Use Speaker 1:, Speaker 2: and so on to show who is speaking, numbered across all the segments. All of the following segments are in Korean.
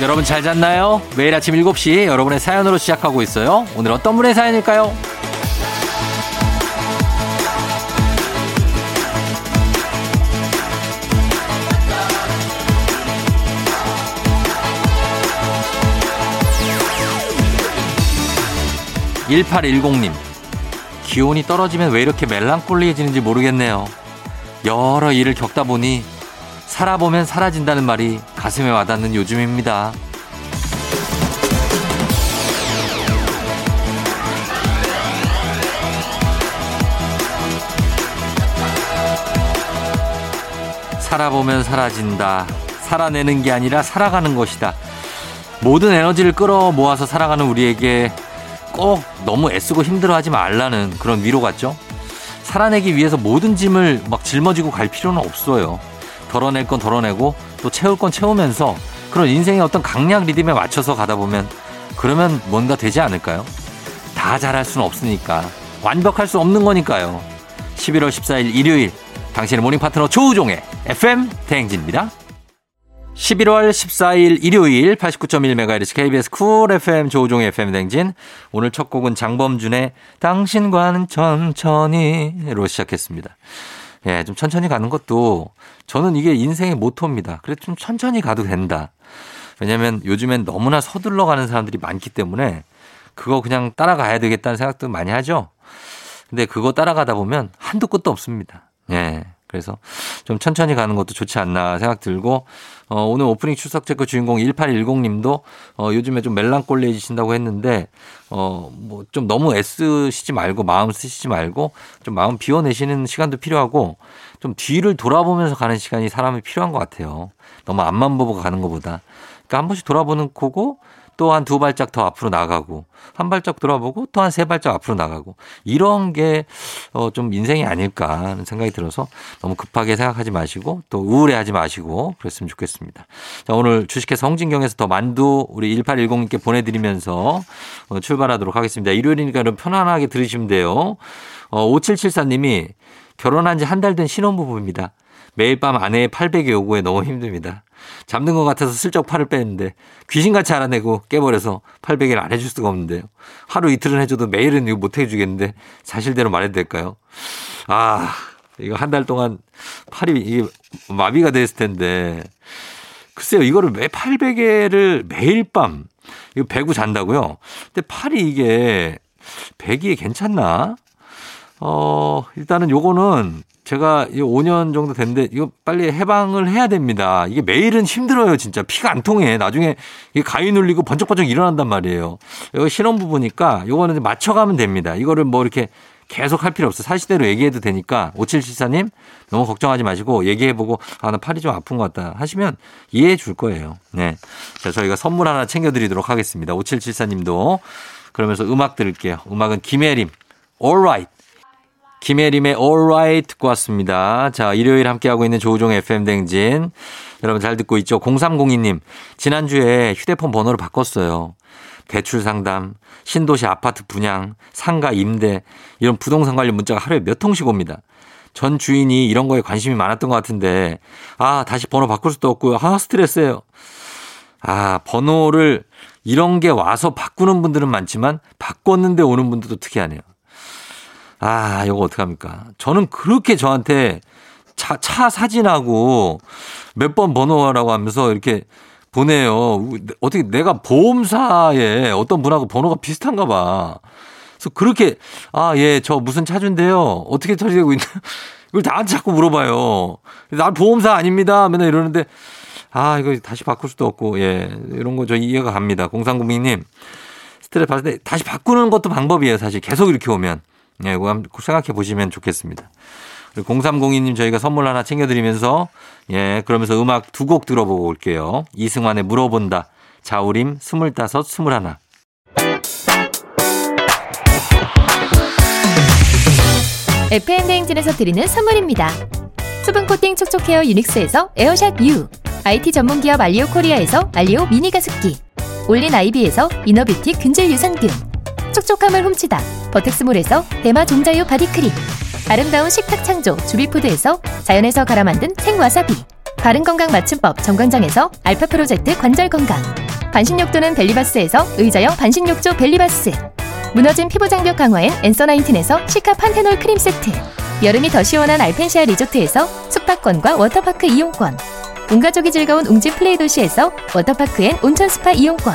Speaker 1: 여러분 잘 잤나요? 매일 아침 7시 여러분의 사연으로 시작하고 있어요. 오늘 어떤 분의 사연일까요? 1810님. 기온이 떨어지면 왜 이렇게 멜랑콜리해지는지 모르겠네요. 여러 일을 겪다 보니 살아보면 사라진다는 말이 가슴에 와닿는 요즘입니다. 살아보면 사라진다. 살아내는 게 아니라 살아가는 것이다. 모든 에너지를 끌어 모아서 살아가는 우리에게 꼭 너무 애쓰고 힘들어하지 말라는 그런 위로 같죠? 살아내기 위해서 모든 짐을 막 짊어지고 갈 필요는 없어요. 덜어낼 건 덜어내고 또 채울 건 채우면서 그런 인생의 어떤 강약 리듬에 맞춰서 가다 보면 그러면 뭔가 되지 않을까요? 다 잘할 수는 없으니까 완벽할 수 없는 거니까요. 11월 14일 일요일 당신의 모닝 파트너 조우종의 FM 대행진입니다. 11월 14일 일요일 89.1MHz KBS 쿨 FM 조우종의 FM 댕진 오늘 첫 곡은 장범준의 당신과는 천천히로 시작했습니다. 예, 좀 천천히 가는 것도 저는 이게 인생의 모토입니다. 그래서 좀 천천히 가도 된다. 왜냐면 요즘엔 너무나 서둘러 가는 사람들이 많기 때문에 그거 그냥 따라가야 되겠다는 생각도 많이 하죠. 근데 그거 따라가다 보면 한도 끝도 없습니다. 예. 그래서 좀 천천히 가는 것도 좋지 않나 생각 들고 어, 오늘 오프닝 출석 체크 주인공 1810님도 어, 요즘에 좀 멜랑꼴리해지신다고 했는데 어, 뭐 좀 너무 애쓰시지 말고 마음 쓰시지 말고 좀 마음 비워내시는 시간도 필요하고 좀 뒤를 돌아보면서 가는 시간이 사람이 필요한 것 같아요. 너무 앞만 보고 가는 것보다 그러니까 한 번씩 돌아보는 거고 또 한 두 발짝 더 앞으로 나가고 한 발짝 돌아보고 또 한 세 발짝 앞으로 나가고 이런 게 어 좀 인생이 아닐까 하는 생각이 들어서 너무 급하게 생각하지 마시고 또 우울해하지 마시고 그랬으면 좋겠습니다. 자 오늘 주식회사 홍진경에서 더 만두 우리 1810님께 보내드리면서 어, 출발하도록 하겠습니다. 일요일이니까 좀 편안하게 들으시면 돼요. 어, 5774님이 결혼한 지 한 달 된 신혼부부입니다. 매일 밤 아내의 팔베개 요구에 너무 힘듭니다. 잡는 것 같아서 슬쩍 팔을 뺐는데 귀신같이 알아내고 깨버려서 팔베개를 안 해줄 수가 없는데요. 하루 이틀은 해줘도 매일은 이거 못 해주겠는데 사실대로 말해도 될까요? 아 이거 한 달 동안 팔이 이게 마비가 됐을 텐데 글쎄요 이거를 매 팔베개를 매일 밤 이거 베고 잔다고요? 근데 팔이 이게 베기에 괜찮나? 어, 일단은 요거는 제가 5년 정도 됐는데 이거 빨리 해방을 해야 됩니다. 이게 매일은 힘들어요, 진짜. 피가 안 통해. 나중에 이게 가위 눌리고 번쩍번쩍 일어난단 말이에요. 이거 신혼부부니까 요거는 맞춰가면 됩니다. 이거를 뭐 이렇게 계속 할 필요 없어. 사실대로 얘기해도 되니까 5774님 너무 걱정하지 마시고 얘기해보고 아, 나 팔이 좀 아픈 것 같다 하시면 이해해 줄 거예요. 네. 자, 저희가 선물 하나 챙겨드리도록 하겠습니다. 5774님도 그러면서 음악 들을게요. 음악은 김혜림. Alright. 김혜림의 Alright 듣고 왔습니다. 자, 일요일 함께하고 있는 조우종 FM댕진. 여러분 잘 듣고 있죠? 0302님, 지난주에 휴대폰 번호를 바꿨어요. 대출 상담, 신도시 아파트 분양, 상가 임대, 이런 부동산 관련 문자가 하루에 몇 통씩 옵니다. 전 주인이 이런 거에 관심이 많았던 것 같은데, 아, 다시 번호 바꿀 수도 없고요. 아, 스트레스예요. 아, 번호를 이런 게 와서 바꾸는 분들은 많지만, 바꿨는데 오는 분들도 특이하네요. 아, 이거 어떡합니까? 저는 그렇게 저한테 차, 차 사진하고 몇 번 번호라고 하면서 이렇게 보내요. 어떻게 내가 보험사에 어떤 분하고 번호가 비슷한가 봐. 그래서 그렇게, 아, 예, 저 무슨 차주인데요. 어떻게 처리되고 있나? 이걸 나한테 자꾸 물어봐요. 난 보험사 아닙니다. 맨날 이러는데, 아, 이거 다시 바꿀 수도 없고, 예. 이런 거 저 이해가 갑니다. 공상구민님. 스트레스 받을 때 다시 바꾸는 것도 방법이에요. 사실 계속 이렇게 오면. 예, 그거 한번 생각해 보시면 좋겠습니다. 그리고 0302님 저희가 선물 하나 챙겨드리면서 예, 그러면서 음악 두 곡 들어보고 올게요. 이승환의 물어본다. 자우림 스물다섯 스물하나.
Speaker 2: FM 대행진에서 드리는 선물입니다. 수분 코팅 촉촉헤어 유닉스에서 에어샷 U, IT 전문 기업 알리오 코리아에서 알리오 미니 가습기, 올린 아이비에서 이너뷰티 균질 유산균, 촉촉함을 훔치다 버텍스몰에서 대마 종자유 바디크림 아름다운 식탁 창조 주비푸드에서 자연에서 갈아 만든 생와사비 바른건강 맞춤법 정관장에서 알파 프로젝트 관절건강 반신욕조는 벨리바스에서 의자형 반신욕조 벨리바스. 무너진 피부 장벽 강화엔 엔서 나인틴에서 시카 판테놀 크림 세트. 여름이 더 시원한 알펜시아 리조트에서 숙박권과 워터파크 이용권. 온 가족이 즐거운 웅지 플레이 도시에서 워터파크엔 온천 스파 이용권.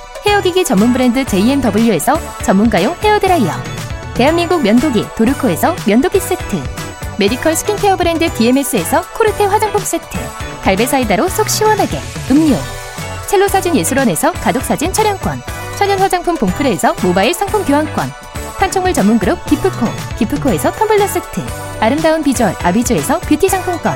Speaker 2: 헤어기기 전문 브랜드 JMW에서 전문가용 헤어드라이어 대한민국 면도기 도르코에서 면도기 세트 메디컬 스킨케어 브랜드 DMS에서 코르테 화장품 세트 갈베사이다로 속 시원하게 음료 첼로사진예술원에서 가족사진 촬영권 천연화장품 봉프레에서 모바일 상품 교환권 탄총물 전문그룹 기프코 기프코에서 텀블러 세트 아름다운 비주얼 아비주에서 뷰티 상품권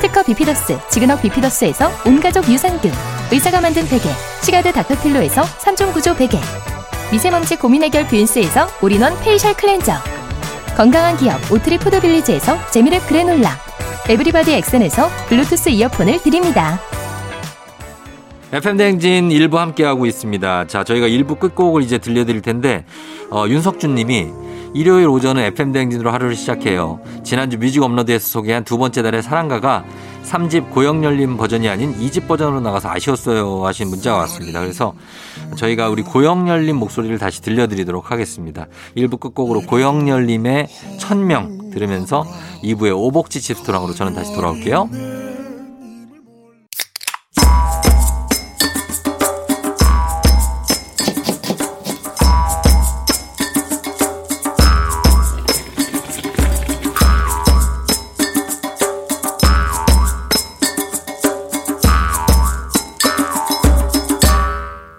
Speaker 2: 특허 비피더스 지그넉 비피더스에서 온가족 유산균 의사가 만든 베개 시가드 닥터필로에서 3종 구조 베개 미세먼지 고민 해결 뷰인스에서 올인원 페이셜 클렌저 건강한 기업 오트리 푸드빌리지에서 재미랩 그래놀라 에브리바디 엑센에서 블루투스 이어폰을 드립니다.
Speaker 1: FM 대행진 일부 함께하고 있습니다. 자, 저희가 일부 끝곡을 이제 들려드릴 텐데, 어, 윤석준 님이 일요일 오전은 FM 대행진으로 하루를 시작해요. 지난주 뮤직 업로드에서 소개한 두 번째 달의 사랑가가 3집 고영렬님 버전이 아닌 2집 버전으로 나가서 아쉬웠어요 하신 문자가 왔습니다. 그래서 저희가 우리 고영렬님 목소리를 다시 들려드리도록 하겠습니다. 일부 끝곡으로 고영렬님의 천명 들으면서 2부의 오복지 칩스토랑으로 저는 다시 돌아올게요.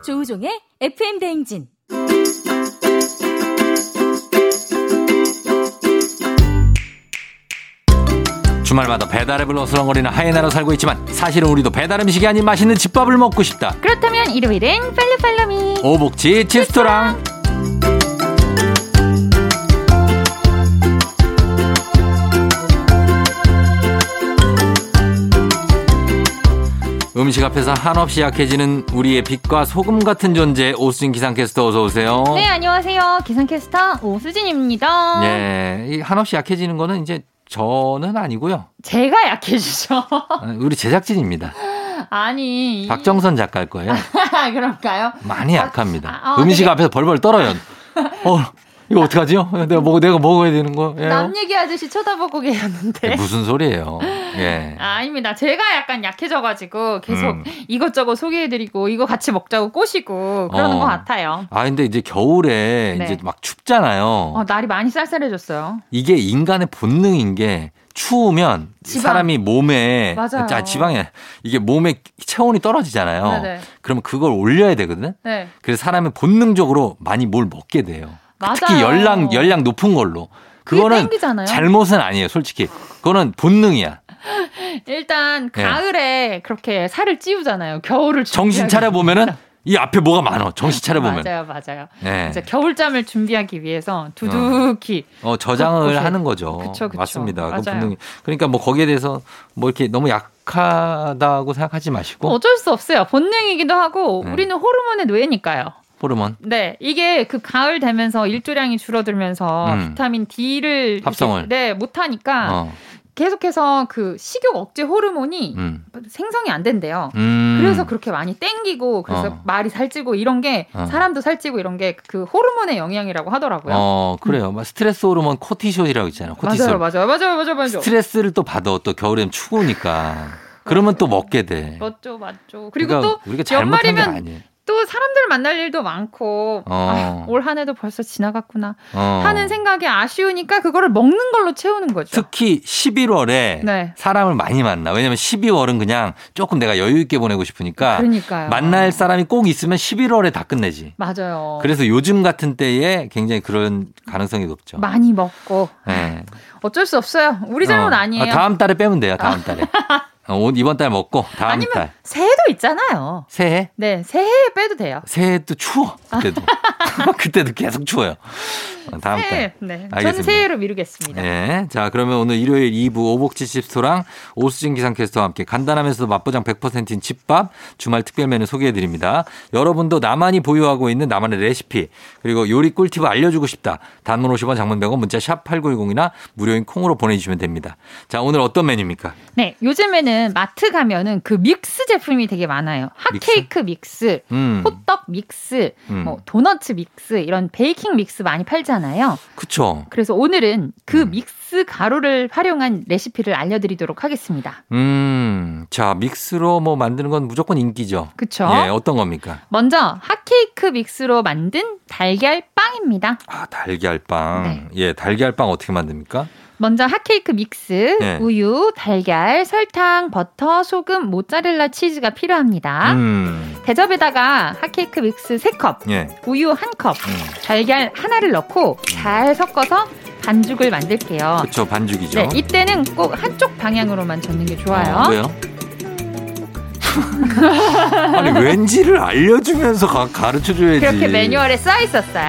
Speaker 3: 조우종의 FM 대행진.
Speaker 1: 주말마다 배달앱을 어슬렁거리는 하이에나로 살고 있지만 사실은 우리도 배달 음식이 아닌 맛있는 집밥을 먹고 싶다.
Speaker 3: 그렇다면 일요일엔 팔로팔로미.
Speaker 1: 오복지 칩스토랑. 음식 앞에서 한없이 약해지는 우리의 빛과 소금 같은 존재 오수진 기상캐스터 어서 오세요.
Speaker 3: 네, 안녕하세요. 기상캐스터 오수진입니다.
Speaker 1: 예, 이 한없이 약해지는 거는 이제 저는 아니고요.
Speaker 3: 제가 약해지죠.
Speaker 1: 아, 우리 제작진입니다.
Speaker 3: 아니. 이-
Speaker 1: 박정선 작가일 거예요.
Speaker 3: 그런가요?
Speaker 1: 많이 약합니다.
Speaker 3: 아, 아,
Speaker 1: 음식
Speaker 3: 되게-
Speaker 1: 앞에서 벌벌 떨어요. 어, 이거 어떡하지요? 내가 먹 내가 먹어야 되는 거예요.
Speaker 3: 남 얘기 아저씨 쳐다보고
Speaker 1: 예,
Speaker 3: 계셨는데.
Speaker 1: 무슨 소리예요? 예.
Speaker 3: 아닙니다. 제가 약간 약해져가지고 계속
Speaker 1: 음.
Speaker 3: 이것저것 소개해드리고 이거 같이 먹자고 꼬시고 그러는
Speaker 1: 어.
Speaker 3: 것 같아요.
Speaker 1: 아 근데 이제 겨울에
Speaker 3: 네.
Speaker 1: 이제 막 춥잖아요.
Speaker 3: 어, 날이 많이 쌀쌀해졌어요.
Speaker 1: 이게 인간의 본능인 게 추우면
Speaker 3: 지방.
Speaker 1: 사람이 몸에
Speaker 3: 맞아요.
Speaker 1: 아, 지방이 아니라 이게 몸에 체온이 떨어지잖아요.
Speaker 3: 네네.
Speaker 1: 그러면 그걸 올려야 되거든.
Speaker 3: 네.
Speaker 1: 그래서 사람이 본능적으로 많이 뭘 먹게 돼요.
Speaker 3: 맞아요.
Speaker 1: 특히 열량 열량 높은 걸로.
Speaker 3: 그게
Speaker 1: 그거는
Speaker 3: 땡기잖아요.
Speaker 1: 잘못은 아니에요, 솔직히. 그거는 본능이야.
Speaker 3: 일단
Speaker 1: 예.
Speaker 3: 가을에 그렇게 살을 찌우잖아요. 겨울을
Speaker 1: 정신
Speaker 3: 준비하기
Speaker 1: 차려 보면은
Speaker 3: 위해서.
Speaker 1: 이 앞에 뭐가 많아. 정신 차려 보면.
Speaker 3: 맞아요, 맞아요.
Speaker 1: 네.
Speaker 3: 이제 겨울잠을 준비하기 위해서 두둑히
Speaker 1: 어, 저장을
Speaker 3: 그쵸.
Speaker 1: 하는 거죠.
Speaker 3: 그쵸, 그쵸.
Speaker 1: 맞습니다. 그
Speaker 3: 맞아요.
Speaker 1: 본능이. 그러니까 뭐 거기에 대해서 뭐 이렇게 너무 약하다고 생각하지 마시고
Speaker 3: 어쩔 수 없어요. 본능이기도 하고
Speaker 1: 네.
Speaker 3: 우리는 호르몬의 뇌니까요.
Speaker 1: 호르몬
Speaker 3: 네, 이게 그 가을 되면서 일조량이 줄어들면서
Speaker 1: 음.
Speaker 3: 비타민 D를
Speaker 1: 합성을.
Speaker 3: 이렇게, 네 못하니까
Speaker 1: 어,
Speaker 3: 계속해서 그 식욕 억제 호르몬이
Speaker 1: 음.
Speaker 3: 생성이 안 된대요.
Speaker 1: 음.
Speaker 3: 그래서 그렇게 많이 땡기고 그래서
Speaker 1: 어.
Speaker 3: 말이 살찌고 이런 게
Speaker 1: 어.
Speaker 3: 사람도 살찌고 이런 게 그 호르몬의 영향이라고 하더라고요.
Speaker 1: 어, 그래요. 막 스트레스 호르몬 코티솔이라고 있잖아요. 코티솔.
Speaker 3: 맞아요, 맞아요, 맞아요, 맞아요, 맞아요.
Speaker 1: 스트레스를 또 받아. 또 겨울엔 추우니까. 그러면 또 먹게 돼.
Speaker 3: 맞죠, 맞죠. 어, 그리고
Speaker 1: 그러니까 우리가 잘못한 게
Speaker 3: 연말이면
Speaker 1: 아니에요.
Speaker 3: 또 또 사람들 만날 일도 많고
Speaker 1: 어.
Speaker 3: 아, 올 한해도 벌써 지나갔구나
Speaker 1: 어.
Speaker 3: 하는 생각이 아쉬우니까 그거를 먹는 걸로 채우는 거죠.
Speaker 1: 특히 11월에
Speaker 3: 네.
Speaker 1: 사람을 많이 만나. 왜냐면 12월은 그냥 조금 내가 여유 있게 보내고 싶으니까
Speaker 3: 그러니까요.
Speaker 1: 만날 사람이 꼭 있으면 11월에 다 끝내지.
Speaker 3: 맞아요.
Speaker 1: 그래서 요즘 같은 때에 굉장히 그런 가능성이 높죠.
Speaker 3: 많이 먹고
Speaker 1: 예.
Speaker 3: 어쩔 수 없어요. 우리 잘못
Speaker 1: 어.
Speaker 3: 아니에요.
Speaker 1: 아, 다음 달에 빼면 돼요. 다음 달에. 어, 온- 이번 달 먹고 다음
Speaker 3: 아니면-
Speaker 1: 달
Speaker 3: 새해도 있잖아요.
Speaker 1: 새해
Speaker 3: 네, 새해에 빼도 돼요.
Speaker 1: 새해 또 추워 그때도 그때도 계속 추워요. 어, 다음 달.
Speaker 3: 네, 네.
Speaker 1: 알겠습니다.
Speaker 3: 전 새해로 미루겠습니다.
Speaker 1: 예. 자, 그러면 오늘 일요일 2부 오복지 집스토랑 오수진 기상캐스터와 함께 간단하면서도 맛보장 100%인 집밥 주말 특별 메뉴 소개해 드립니다. 여러분도 나만이 보유하고 있는 나만의 레시피 그리고 요리 꿀팁을 알려주고 싶다. 단문 50원 장문 100원 문자 샵 8910이나 무료인 콩으로 보내주시면 됩니다. 자, 오늘 어떤 메뉴입니까?
Speaker 3: 네, 요즘에는 마트 가면은 그 믹스 제품이 되게 많아요. 핫케이크 믹스,
Speaker 1: 음.
Speaker 3: 호떡 믹스,
Speaker 1: 음.
Speaker 3: 뭐 도너츠 믹스 이런 베이킹 믹스 많이 팔잖아요.
Speaker 1: 그쵸.
Speaker 3: 그래서 오늘은 그
Speaker 1: 음.
Speaker 3: 믹스 가루를 활용한 레시피를 알려드리도록 하겠습니다.
Speaker 1: 음. 자, 믹스로 뭐 만드는 건 무조건 인기죠.
Speaker 3: 그쵸?
Speaker 1: 예, 어떤 겁니까?
Speaker 3: 먼저 핫케이크 믹스로 만든 달걀 빵입니다.
Speaker 1: 아, 달걀빵. 예, 달걀빵 어떻게 만듭니까?
Speaker 3: 먼저 핫케이크 믹스,
Speaker 1: 네.
Speaker 3: 우유, 달걀, 설탕, 버터, 소금, 모짜렐라 치즈가 필요합니다.
Speaker 1: 음.
Speaker 3: 대접에다가 핫케이크 믹스 3컵,
Speaker 1: 예.
Speaker 3: 우유 1컵,
Speaker 1: 음.
Speaker 3: 달걀 하나를 넣고 잘 섞어서 반죽을 만들게요.
Speaker 1: 그렇죠 반죽이죠.
Speaker 3: 네, 이때는 꼭 한쪽 방향으로만 젓는 게 좋아요.
Speaker 1: 어, 왜요? 아니 왠지를 알려주면서 가, 가르쳐 줘야지.
Speaker 3: 그렇게 매뉴얼에 써 있었어요.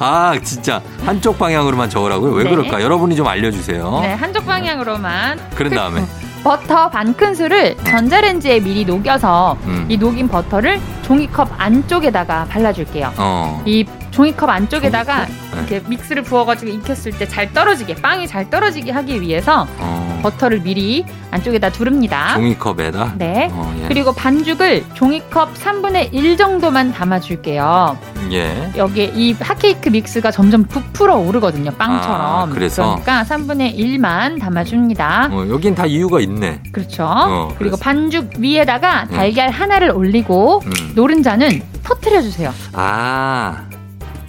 Speaker 1: 아 진짜 한쪽 방향으로만 저으라고요? 왜
Speaker 3: 네.
Speaker 1: 그럴까? 여러분이 좀 알려주세요.
Speaker 3: 네, 한쪽 방향으로만.
Speaker 1: 그런 다음에
Speaker 3: 버터 반 큰술을 전자레인지에 미리 녹여서
Speaker 1: 음.
Speaker 3: 이 녹인 버터를 종이컵 안쪽에다가 발라줄게요.
Speaker 1: 어.
Speaker 3: 이 종이컵
Speaker 1: 네.
Speaker 3: 안쪽에다가 이렇게 믹스를 부어가지고 익혔을 때 잘 떨어지게 빵이 잘 떨어지게 하기 위해서
Speaker 1: 어.
Speaker 3: 버터를 미리 안쪽에다 두릅니다.
Speaker 1: 종이컵에다.
Speaker 3: 아. 네.
Speaker 1: 어, 예.
Speaker 3: 그리고 반죽을 종이컵 3분의 1 정도만 담아줄게요.
Speaker 1: 예.
Speaker 3: 여기에 이 핫케이크 믹스가 점점 부풀어 오르거든요, 빵처럼.
Speaker 1: 아, 그래서?
Speaker 3: 러니까 3분의 1만 담아줍니다.
Speaker 1: 어, 여긴 다 이유가 있네.
Speaker 3: 그렇죠.
Speaker 1: 어, 그래서.
Speaker 3: 그리고 반죽 위에다가 달걀 하나를 올리고
Speaker 1: 음.
Speaker 3: 노른자는 터트려주세요.
Speaker 1: 아.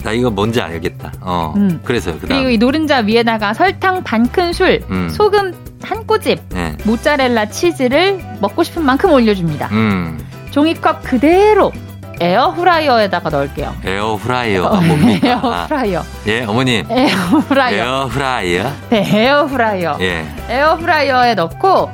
Speaker 1: 나 이거 뭔지 알겠다. 어.
Speaker 3: 음.
Speaker 1: 그래서요.
Speaker 3: 그리고
Speaker 1: 그다음.
Speaker 3: 이 노른자 위에다가 설탕 반 큰술,
Speaker 1: 음.
Speaker 3: 소금 한 꼬집,
Speaker 1: 예.
Speaker 3: 모짜렐라 치즈를 먹고 싶은 만큼 올려줍니다.
Speaker 1: 음.
Speaker 3: 종이컵 그대로 에어프라이어에다가 넣을게요.
Speaker 1: 에어프라이어가 뭡니까? 아,
Speaker 3: 에어프라이어.
Speaker 1: 예, 어머님.
Speaker 3: 에어프라이어.
Speaker 1: 에어프라이어.
Speaker 3: 네, 에어프라이어.
Speaker 1: 예.
Speaker 3: 에어프라이어에 넣고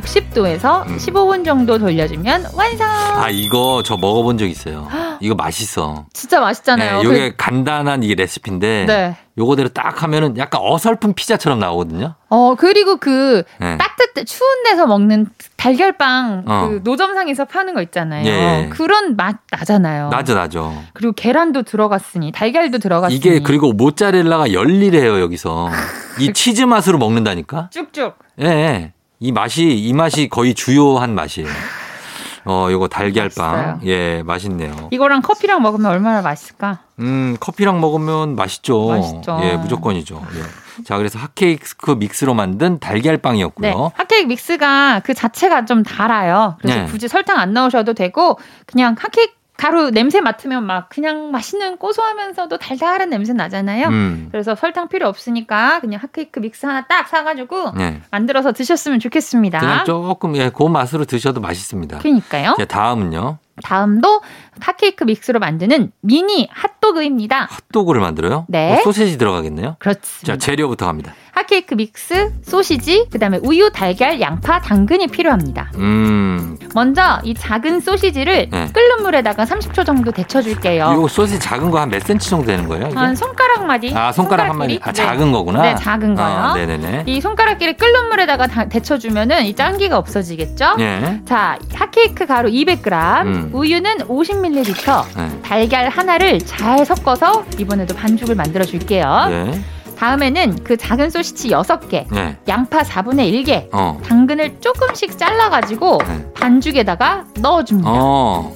Speaker 3: 160도에서
Speaker 1: 음.
Speaker 3: 15분 정도 돌려주면 완성.
Speaker 1: 아 이거 저 먹어본 적 있어요. 이거 맛있어.
Speaker 3: 진짜 맛있잖아요.
Speaker 1: 네, 요게 간단한 이게 레시피인데
Speaker 3: 그- 네.
Speaker 1: 요거대로 딱 하면은 약간 어설픈 피자처럼 나오거든요.
Speaker 3: 어 그리고 그
Speaker 1: 네.
Speaker 3: 따뜻해 추운 데서 먹는 달걀빵
Speaker 1: 어.
Speaker 3: 그 노점상에서 파는 거 있잖아요.
Speaker 1: 예.
Speaker 3: 그런 맛 나잖아요.
Speaker 1: 나죠 나죠.
Speaker 3: 그리고 계란도 들어갔으니 달걀도 들어갔으니
Speaker 1: 이게 그리고 모짜렐라가 열일해요 여기서. 이 치즈 맛으로 먹는다니까.
Speaker 3: 쭉쭉
Speaker 1: 예, 예. 이 맛이 이 맛이 거의 주요한 맛이에요. 어, 요거 달걀빵.
Speaker 3: 맛있어요.
Speaker 1: 예, 맛있네요.
Speaker 3: 이거랑 커피랑 먹으면 얼마나 맛있을까?
Speaker 1: 음, 커피랑 먹으면 맛있죠.
Speaker 3: 맛있죠.
Speaker 1: 예, 무조건이죠. 예. 자, 그래서 핫케이크 믹스로 만든 달걀빵이었고요.
Speaker 3: 네, 핫케이크 믹스가 그 자체가 좀 달아요. 그래서
Speaker 1: 네.
Speaker 3: 굳이 설탕 안 넣으셔도 되고 그냥 핫케이크 가루 냄새 맡으면 막 그냥 맛있는 고소하면서도 달달한 냄새 나잖아요.
Speaker 1: 음.
Speaker 3: 그래서 설탕 필요 없으니까 그냥 핫케이크 믹스 하나 딱 사가지고
Speaker 1: 네.
Speaker 3: 만들어서 드셨으면 좋겠습니다.
Speaker 1: 그냥 예. 조금 예, 그 맛으로 드셔도 맛있습니다.
Speaker 3: 그러니까요.
Speaker 1: 자, 다음은요.
Speaker 3: 다음도 핫케이크 믹스로 만드는 미니 핫도그입니다.
Speaker 1: 핫도그를 만들어요?
Speaker 3: 네.
Speaker 1: 어, 소세지 들어가겠네요. 자,
Speaker 3: 그렇습니다.
Speaker 1: 재료부터 갑니다.
Speaker 3: 핫케이크 믹스, 소시지, 그다음에 우유, 달걀, 양파, 당근이 필요합니다.
Speaker 1: 음.
Speaker 3: 먼저 이 작은 소시지를
Speaker 1: 네.
Speaker 3: 끓는 물에다가 30초 정도 데쳐줄게요.
Speaker 1: 요 소세지 작은 거 한 몇 센치 정도 되는 거예요? 이게?
Speaker 3: 어. 한 손가락 마디.
Speaker 1: 아, 손가락 한 마리.
Speaker 3: 길이?
Speaker 1: 아,
Speaker 3: 네.
Speaker 1: 작은 거구나.
Speaker 3: 네, 작은 거요.
Speaker 1: 아, 네네네.
Speaker 3: 이 손가락끼리 끓는 물에다가 다- 데쳐주면은 이 짠기가 없어지겠죠?
Speaker 1: 예.
Speaker 3: 자, 핫케이크 가루 200g,
Speaker 1: 음.
Speaker 3: 우유는 50ml,
Speaker 1: 네.
Speaker 3: 달걀 하나를 잘 섞어서 이번에도 반죽을 만들어 줄게요.
Speaker 1: 예.
Speaker 3: 다음에는 그 작은 소시지 6개,
Speaker 1: 예.
Speaker 3: 양파 4분의 1개,
Speaker 1: 어.
Speaker 3: 당근을 조금씩 잘라가지고
Speaker 1: 네.
Speaker 3: 반죽에다가 넣어줍니다.
Speaker 1: 어.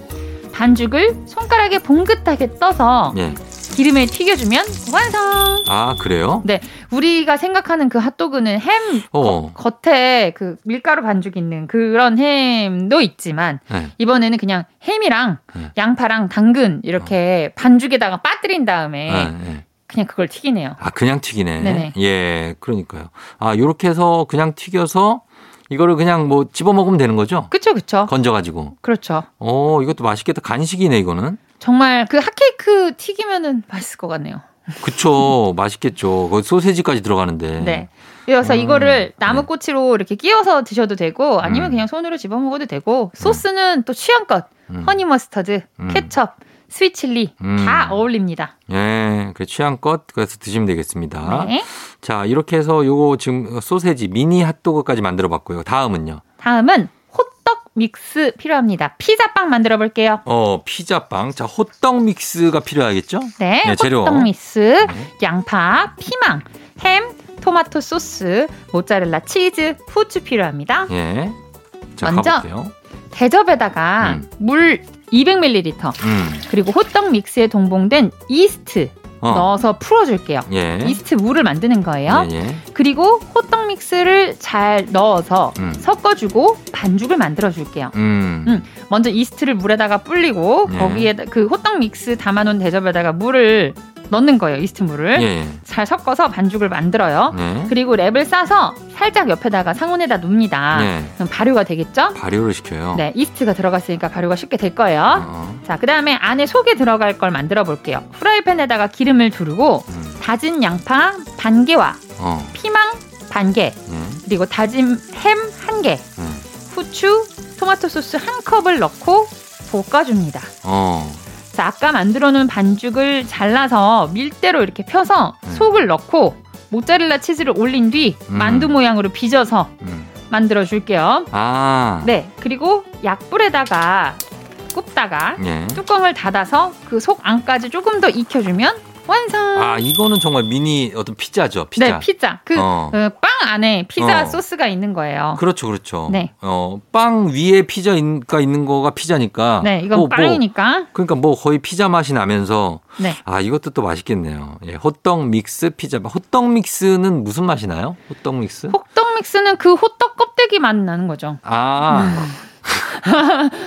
Speaker 3: 반죽을 손가락에 봉긋하게 떠서
Speaker 1: 예.
Speaker 3: 기름에 튀겨주면 완성!
Speaker 1: 아, 그래요?
Speaker 3: 우리가 생각하는 그 핫도그는 햄
Speaker 1: 어.
Speaker 3: 겉에 그 밀가루 반죽이 있는 그런 햄도 있지만
Speaker 1: 네.
Speaker 3: 이번에는 그냥 햄이랑
Speaker 1: 네. 어.
Speaker 3: 양파랑 당근 이렇게 반죽에다가 빠뜨린 다음에
Speaker 1: 예, 예.
Speaker 3: 그냥 그걸 튀기네요.
Speaker 1: 아, 그냥 튀기네.
Speaker 3: 네네.
Speaker 1: 예, 그러니까요. 아, 요렇게 해서 그냥 튀겨서 이거를 그냥 뭐 집어 먹으면 되는 거죠?
Speaker 3: 그쵸 그쵸.
Speaker 1: 건져 가지고.
Speaker 3: 그렇죠.
Speaker 1: 어, 이것도 맛있겠다. 간식이네, 이거는.
Speaker 3: 정말 그 핫케이크 튀기면은 맛있을 것 같네요.
Speaker 1: 그쵸. 맛있겠죠. 거기 소세지까지 들어가는데.
Speaker 3: 네. 그래서
Speaker 1: 음.
Speaker 3: 이거를 나무꼬치로 이렇게 끼워서 드셔도 되고 아니면
Speaker 1: 음.
Speaker 3: 그냥 손으로 집어 먹어도 되고 소스는 또 취향껏
Speaker 1: 음.
Speaker 3: 허니 머스터드,
Speaker 1: 음.
Speaker 3: 케첩, 스위칠리
Speaker 1: 음.
Speaker 3: 다 어울립니다.
Speaker 1: 예, 그 취향껏 그래서 드시면 되겠습니다.
Speaker 3: 네.
Speaker 1: 자, 이렇게 해서 요거 지금 소세지 미니 핫도그까지 만들어 봤고요. 다음은요.
Speaker 3: 다음은 호떡 믹스 필요합니다. 피자빵 만들어 볼게요.
Speaker 1: 어, 피자빵. 자, 호떡 믹스가 필요하겠죠?
Speaker 3: 네,
Speaker 1: 네, 재료.
Speaker 3: 호떡 믹스,
Speaker 1: 네.
Speaker 3: 양파, 피망, 햄, 토마토 소스, 모짜렐라 치즈, 후추 필요합니다.
Speaker 1: 예. 자,
Speaker 3: 먼저.
Speaker 1: 가볼게요.
Speaker 3: 대접에다가
Speaker 1: 음.
Speaker 3: 물 200ml
Speaker 1: 음.
Speaker 3: 그리고 호떡 믹스에 동봉된 이스트
Speaker 1: 어.
Speaker 3: 넣어서 풀어줄게요.
Speaker 1: 예.
Speaker 3: 이스트 물을 만드는 거예요.
Speaker 1: 예, 예.
Speaker 3: 그리고 호떡 믹스를 잘 넣어서
Speaker 1: 음.
Speaker 3: 섞어주고 반죽을 만들어줄게요.
Speaker 1: 음.
Speaker 3: 음. 먼저 이스트를 물에다가 불리고
Speaker 1: 예.
Speaker 3: 거기에 그 호떡 믹스 담아놓은 대접에다가 물을 넣는 거예요. 이스트 물을
Speaker 1: 예, 예.
Speaker 3: 잘 섞어서 반죽을 네? 만들어요.
Speaker 1: 예.
Speaker 3: 그리고 랩을 싸서 살짝 옆에다가 상온에다 눕니다.
Speaker 1: 예.
Speaker 3: 그럼 발효가 되겠죠?
Speaker 1: 발효를 시켜요.
Speaker 3: 네, 이스트가 들어갔으니까 발효가 쉽게 될 거예요.
Speaker 1: 어.
Speaker 3: 자, 그 다음에 안에 속에 들어갈 걸 만들어 볼게요. 프라이팬에다가 기름을 두르고
Speaker 1: 음.
Speaker 3: 다진 양파 반 개와
Speaker 1: 어.
Speaker 3: 피망 반 개,
Speaker 1: 예.
Speaker 3: 그리고 다진 햄 한 개,
Speaker 1: 음.
Speaker 3: 후추, 토마토 소스 한 컵을 넣고 볶아줍니다.
Speaker 1: 어.
Speaker 3: 자, 아까 만들어 놓은 반죽을 잘라서 밀대로 이렇게 펴서
Speaker 1: 음.
Speaker 3: 속을 넣고 모짜렐라 치즈를 올린 뒤
Speaker 1: 음.
Speaker 3: 만두 모양으로 빚어서
Speaker 1: 음.
Speaker 3: 만들어 줄게요.
Speaker 1: 아.
Speaker 3: 네, 그리고 약불에다가 굽다가
Speaker 1: 예.
Speaker 3: 뚜껑을 닫아서 그 속 안까지 조금 더 익혀주면 완성.
Speaker 1: 아, 이거는 정말 미니 어떤 피자죠. 피자.
Speaker 3: 네, 피자. 그,
Speaker 1: 어.
Speaker 3: 그 빵 안에 피자
Speaker 1: 어.
Speaker 3: 소스가 있는 거예요.
Speaker 1: 그렇죠, 그렇죠.
Speaker 3: 네.
Speaker 1: 어, 빵 위에 피자가 있는 거가 피자니까.
Speaker 3: 네,
Speaker 1: 뭐,
Speaker 3: 이건
Speaker 1: 뭐,
Speaker 3: 빵이니까.
Speaker 1: 그러니까 뭐 거의 피자 맛이 나면서
Speaker 3: 네.
Speaker 1: 아 이것도 또 맛있겠네요. 예, 호떡 믹스 피자. 호떡 믹스는 무슨 맛이 나요? 호떡 믹스?
Speaker 3: 호떡 믹스는 그 호떡 껍데기 맛 나는 거죠.
Speaker 1: 아,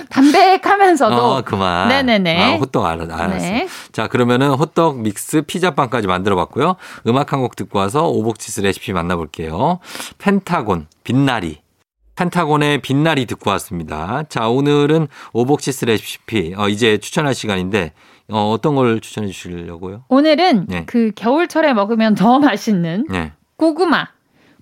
Speaker 3: 담백하면서도.
Speaker 1: 어, 그만.
Speaker 3: 네네네.
Speaker 1: 아, 호떡 알았, 알았어.
Speaker 3: 네.
Speaker 1: 자 그러면은 호떡 믹스 피자빵까지 만들어봤고요. 음악 한 곡 듣고 와서 오복치스 레시피 만나볼게요. 펜타곤 빛나리. 펜타곤의 빛나리 듣고 왔습니다. 자 오늘은 오복치스 레시피 어, 이제 추천할 시간인데 어, 어떤 걸 추천해 주시려고요?
Speaker 3: 오늘은
Speaker 1: 네.
Speaker 3: 그 겨울철에 먹으면 더 맛있는
Speaker 1: 네.
Speaker 3: 고구마.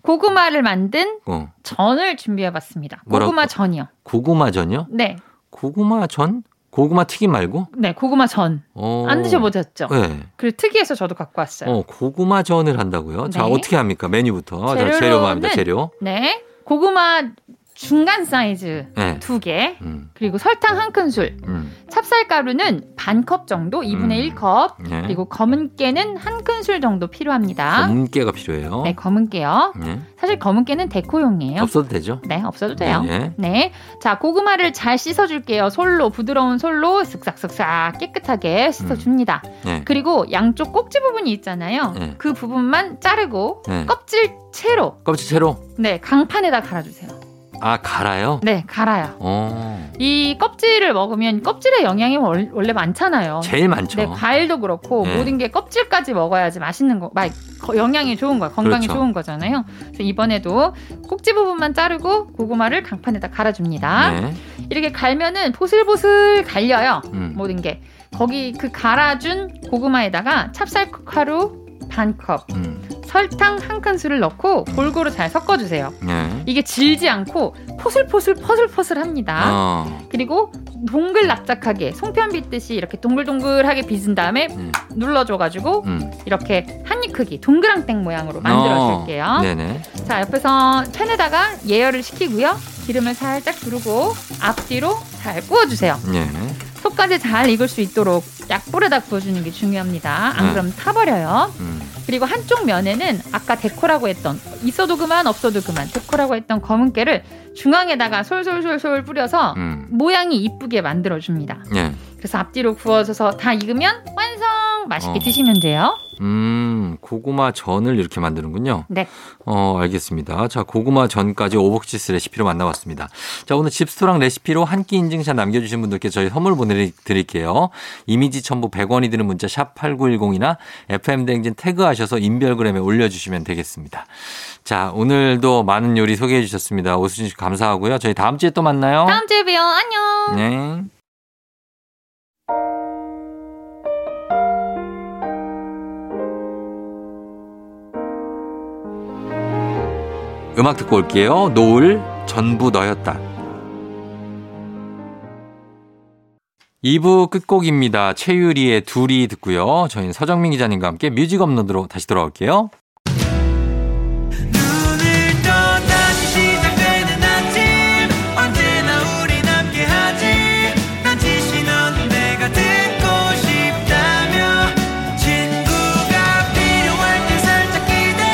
Speaker 3: 고구마를 만든
Speaker 1: 어.
Speaker 3: 전을 준비해봤습니다.
Speaker 1: 뭐라고?
Speaker 3: 고구마 전이요.
Speaker 1: 고구마 전요?
Speaker 3: 네,
Speaker 1: 고구마 전? 고구마 튀김 말고?
Speaker 3: 네, 고구마 전.
Speaker 1: 어.
Speaker 3: 안 드셔보셨죠?
Speaker 1: 네.
Speaker 3: 그리고 특이해서 저도 갖고 왔어요.
Speaker 1: 어, 고구마 전을 한다고요? 자,
Speaker 3: 네.
Speaker 1: 어떻게 합니까? 메뉴부터. 자,
Speaker 3: 재료로는-
Speaker 1: 재료만 합니다. 재료.
Speaker 3: 네, 고구마 중간 사이즈
Speaker 1: 네.
Speaker 3: 두 개,
Speaker 1: 음.
Speaker 3: 그리고 설탕 한 큰술,
Speaker 1: 음.
Speaker 3: 찹쌀가루는 반 컵 정도, 2분의
Speaker 1: 음.
Speaker 3: 1컵,
Speaker 1: 네.
Speaker 3: 그리고 검은 깨는 한 큰술 정도 필요합니다.
Speaker 1: 검은깨가 필요해요.
Speaker 3: 아? 네, 검은 깨요.
Speaker 1: 네.
Speaker 3: 사실 검은 깨는 데코용이에요.
Speaker 1: 없어도 되죠?
Speaker 3: 네, 없어도 돼요.
Speaker 1: 네.
Speaker 3: 네. 자, 고구마를 잘 씻어줄게요. 솔로, 부드러운 솔로 슥싹슥싹 깨끗하게 씻어줍니다.
Speaker 1: 네.
Speaker 3: 그리고 양쪽 꼭지 부분이 있잖아요.
Speaker 1: 네.
Speaker 3: 그 부분만 자르고
Speaker 1: 네.
Speaker 3: 껍질 채로
Speaker 1: 껍질 채로.
Speaker 3: 네, 강판에다 갈아주세요.
Speaker 1: 아, 갈아요?
Speaker 3: 네, 갈아요.
Speaker 1: 어.
Speaker 3: 이 껍질을 먹으면 껍질에 영양이 월- 원래 많잖아요.
Speaker 1: 제일 많죠.
Speaker 3: 네, 과일도 그렇고
Speaker 1: 그렇죠. 네.
Speaker 3: 모든 게 껍질까지 먹어야지 맛있는 거, 막 거- 영양이 좋은 거예요. 건강에
Speaker 1: 그렇죠.
Speaker 3: 좋은 거잖아요. 그래서 이번에도 꼭지 부분만 자르고 고구마를 강판에다 갈아줍니다.
Speaker 1: 네.
Speaker 3: 이렇게 갈면은 보슬보슬 갈려요.
Speaker 1: 음.
Speaker 3: 모든 게 거기 그 갈아준 고구마에다가 찹쌀가루 반 컵,
Speaker 1: 음.
Speaker 3: 설탕 한 큰술을 넣고 골고루 잘 섞어주세요.
Speaker 1: 네.
Speaker 3: 이게 질지 않고 포슬포슬 퍼슬퍼슬합니다.
Speaker 1: 어.
Speaker 3: 그리고 동글납작하게 송편 빚듯이 이렇게 동글동글하게 빚은 다음에
Speaker 1: 음.
Speaker 3: 눌러줘가지고
Speaker 1: 음.
Speaker 3: 이렇게 한 입 크기 동그랑땡 모양으로 만들어줄게요.
Speaker 1: 어. 네네.
Speaker 3: 자 옆에서 팬에다가 예열을 시키고요. 기름을 살짝 두르고 앞뒤로 잘 구워주세요.
Speaker 1: 네.
Speaker 3: 속까지 잘 익을 수 있도록 약불에다 구워주는 게 중요합니다. 안
Speaker 1: 네.
Speaker 3: 그럼 타버려요.
Speaker 1: 음.
Speaker 3: 그리고 한쪽 면에는 아까 데코라고 했던 있어도 그만 없어도 그만 데코라고 했던 검은 깨를 중앙에다가 솔솔솔솔 뿌려서
Speaker 1: 음.
Speaker 3: 모양이 이쁘게 만들어줍니다.
Speaker 1: 네.
Speaker 3: 그래서 앞뒤로 구워져서 다 익으면 완성! 맛있게
Speaker 1: 어.
Speaker 3: 드시면 돼요.
Speaker 1: 음, 고구마 전을 이렇게 만드는군요.
Speaker 3: 네.
Speaker 1: 어, 알겠습니다. 자, 고구마 전까지 오복지스 레시피로 만나봤습니다. 자, 오늘 집스토랑 레시피로 한 끼 인증샷 남겨주신 분들께 저희 선물 보내드릴게요. 이미지 첨부 100원이 드는 문자 샵 8910이나 FM대행진 태그하셔서 인별그램에 올려주시면 되겠습니다. 자, 오늘도 많은 요리 소개해 주셨습니다. 오수진 씨 감사하고요. 저희 다음 주에 또 만나요.
Speaker 3: 다음 주에 봬요. 안녕!
Speaker 1: 네. 음악 듣고 올게요. 노을 전부 너였다. 2부 끝곡입니다. 최유리의 둘이 듣고요. 저희는 서정민 기자님과 함께 뮤직 업로드로 다시 돌아올게요.
Speaker 4: 눈을 떠 다시 시작되는 아침 언제나 우린 함께하지 난 지시 넌 내가 듣고 싶다며 친구가 필요할 때 살짝 기대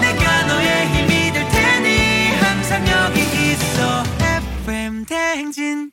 Speaker 4: 내가 너의 힘이 될 테니 항상 여기 있어 FM 대행진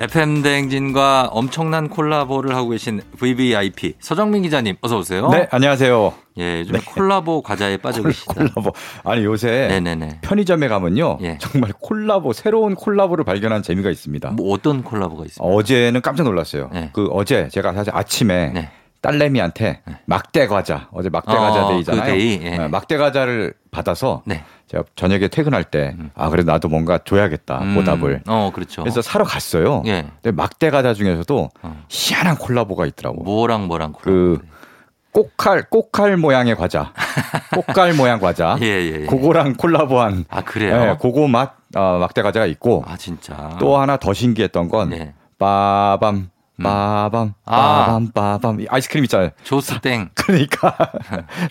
Speaker 1: FM 대행진과 엄청난 콜라보를 하고 계신 VVIP 서정민 기자님 어서 오세요.
Speaker 5: 네, 안녕하세요.
Speaker 1: 예, 요즘 에 콜라보 과자에 빠지고 계시다.
Speaker 5: 콜라보. 아니 요새
Speaker 1: 네네네.
Speaker 5: 편의점에 가면요,
Speaker 1: 예.
Speaker 5: 정말 콜라보 새로운 콜라보를 발견한 재미가 있습니다.
Speaker 1: 뭐 어떤 콜라보가 있습니까?
Speaker 5: 어제는 깜짝 놀랐어요.
Speaker 1: 네.
Speaker 5: 그 어제 제가 사실 아침에
Speaker 1: 네.
Speaker 5: 딸내미한테 막대 과자 어제 막대 과자
Speaker 1: 어,
Speaker 5: 데이잖아요.
Speaker 1: 그 데이, 예.
Speaker 5: 네, 막대 과자를 받아서
Speaker 1: 네.
Speaker 5: 제가 저녁에 퇴근할 때 아 그래도 나도 뭔가 줘야겠다
Speaker 1: 음,
Speaker 5: 보답을.
Speaker 1: 어, 그렇죠.
Speaker 5: 그래서 사러 갔어요.
Speaker 1: 예.
Speaker 5: 근데 막대 과자 중에서도
Speaker 1: 어.
Speaker 5: 희한한 콜라보가 있더라고.
Speaker 1: 뭐랑 아, 네. 뭐랑
Speaker 5: 그 꼬칼 꼬칼 모양의 과자, 꼬칼 모양 과자.
Speaker 1: 예, 예, 예.
Speaker 5: 아? 그거랑 콜라보한
Speaker 1: 아, 그래요?
Speaker 5: 그거 맛 어, 막대 과자가 있고
Speaker 1: 아, 진짜.
Speaker 5: 또 하나 더 신기했던 건
Speaker 1: 예.
Speaker 5: 빠밤 빠밤
Speaker 1: 음. 아.
Speaker 5: 빠밤 빠밤 이 아이스크림 있잖아요.
Speaker 1: 조스땡.
Speaker 5: 그러니까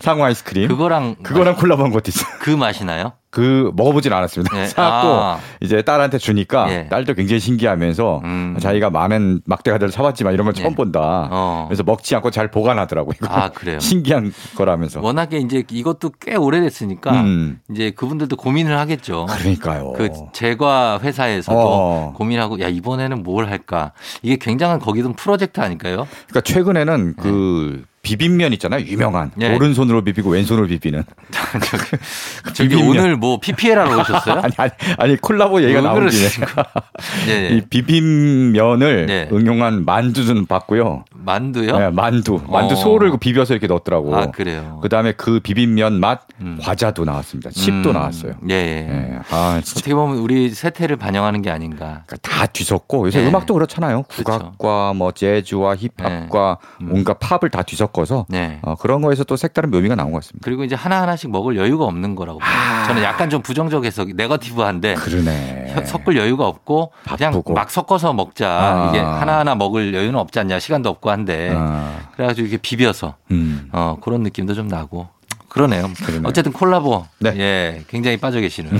Speaker 5: 상호 아이스크림 예? 그거...
Speaker 1: 그거랑
Speaker 5: 랑 콜라보한 것도 있어요.
Speaker 1: 그 맛이나요?
Speaker 5: 그 먹어보진 않았습니다.
Speaker 1: 예.
Speaker 5: 사갖고
Speaker 1: 아.
Speaker 5: 이제 딸한테 주니까
Speaker 1: 예.
Speaker 5: 딸도 굉장히 신기하면서
Speaker 1: 음.
Speaker 5: 자기가 많은 막대 과자를 사봤지만 이런 건 처음
Speaker 1: 예.
Speaker 5: 본다.
Speaker 1: 어.
Speaker 5: 그래서 먹지 않고 잘 보관하더라고 이거
Speaker 1: 아, 그래요.
Speaker 5: 신기한 거라면서.
Speaker 1: 워낙에 이제 이것도 꽤 오래됐으니까
Speaker 5: 그렇죠. 음. 아,
Speaker 1: 이제 그분들도 고민을 하겠죠.
Speaker 5: 그러니까요.
Speaker 1: 그 제과 회사에서도
Speaker 5: 그렇죠. 어.
Speaker 1: 고민하고 야 이번에는 뭘 할까 이게 굉장한 거기든 프로젝트 아닐까요?
Speaker 5: 그러니까 최근에는 그 비빔면 있잖아요. 유명한.
Speaker 1: 예.
Speaker 5: 오른손으로 비비고 왼손으로 비비는.
Speaker 1: 저기, 저기
Speaker 5: 비빔면.
Speaker 1: 오늘 뭐 PPL 하러 오셨어요?
Speaker 5: 아니, 아니, 아니, 콜라보 얘기가
Speaker 1: 왜
Speaker 5: 나온 김에.
Speaker 1: 그러시는 거예요? 예,
Speaker 5: 이
Speaker 1: 예.
Speaker 5: 비빔면을
Speaker 1: 예.
Speaker 5: 응용한 만두 좀 봤고요.
Speaker 1: 만두요?
Speaker 5: 네, 만두. 만두
Speaker 1: 어.
Speaker 5: 소를 그 비벼서 이렇게 넣었더라고.
Speaker 1: 아 그래요.
Speaker 5: 그다음에 그 비빔면 맛
Speaker 1: 음.
Speaker 5: 과자도 나왔습니다. 칩도
Speaker 1: 음,
Speaker 5: 나왔어요.
Speaker 1: 예, 예.
Speaker 5: 예. 아, 진짜 그러니까
Speaker 1: 어떻게 보면 우리 세태를 반영하는 게 아닌가.
Speaker 5: 다 뒤섞고 요새
Speaker 1: 예.
Speaker 5: 음악도 그렇잖아요.
Speaker 1: 그렇죠.
Speaker 5: 국악과 뭐 재즈와 힙합과
Speaker 1: 음.
Speaker 5: 뭔가 팝을 다 뒤섞어서
Speaker 1: 네.
Speaker 5: 어, 그런 거에서 또 색다른 묘미가 나온 것 같습니다.
Speaker 1: 그리고 이제 하나 하나씩 먹을 여유가 없는 거라고. 봐요. 저는 약간 좀 부정적 해석, 네거티브한데
Speaker 5: 아. 그러네.
Speaker 1: 혀- 섞을 여유가 없고 그냥
Speaker 5: 바쁘고.
Speaker 1: 막 섞어서 먹자.
Speaker 5: 아.
Speaker 1: 이게 하나 하나 먹을 여유는 없지 않냐. 시간도 없고 한데
Speaker 5: 아,
Speaker 1: 그래가지고 이렇게 비벼서
Speaker 5: 음.
Speaker 1: 어, 그런 느낌도 좀 나고. 그러네요.
Speaker 5: 그러네요.
Speaker 1: 어쨌든 콜라보.
Speaker 5: 네.
Speaker 1: 예, 굉장히 빠져 계시는.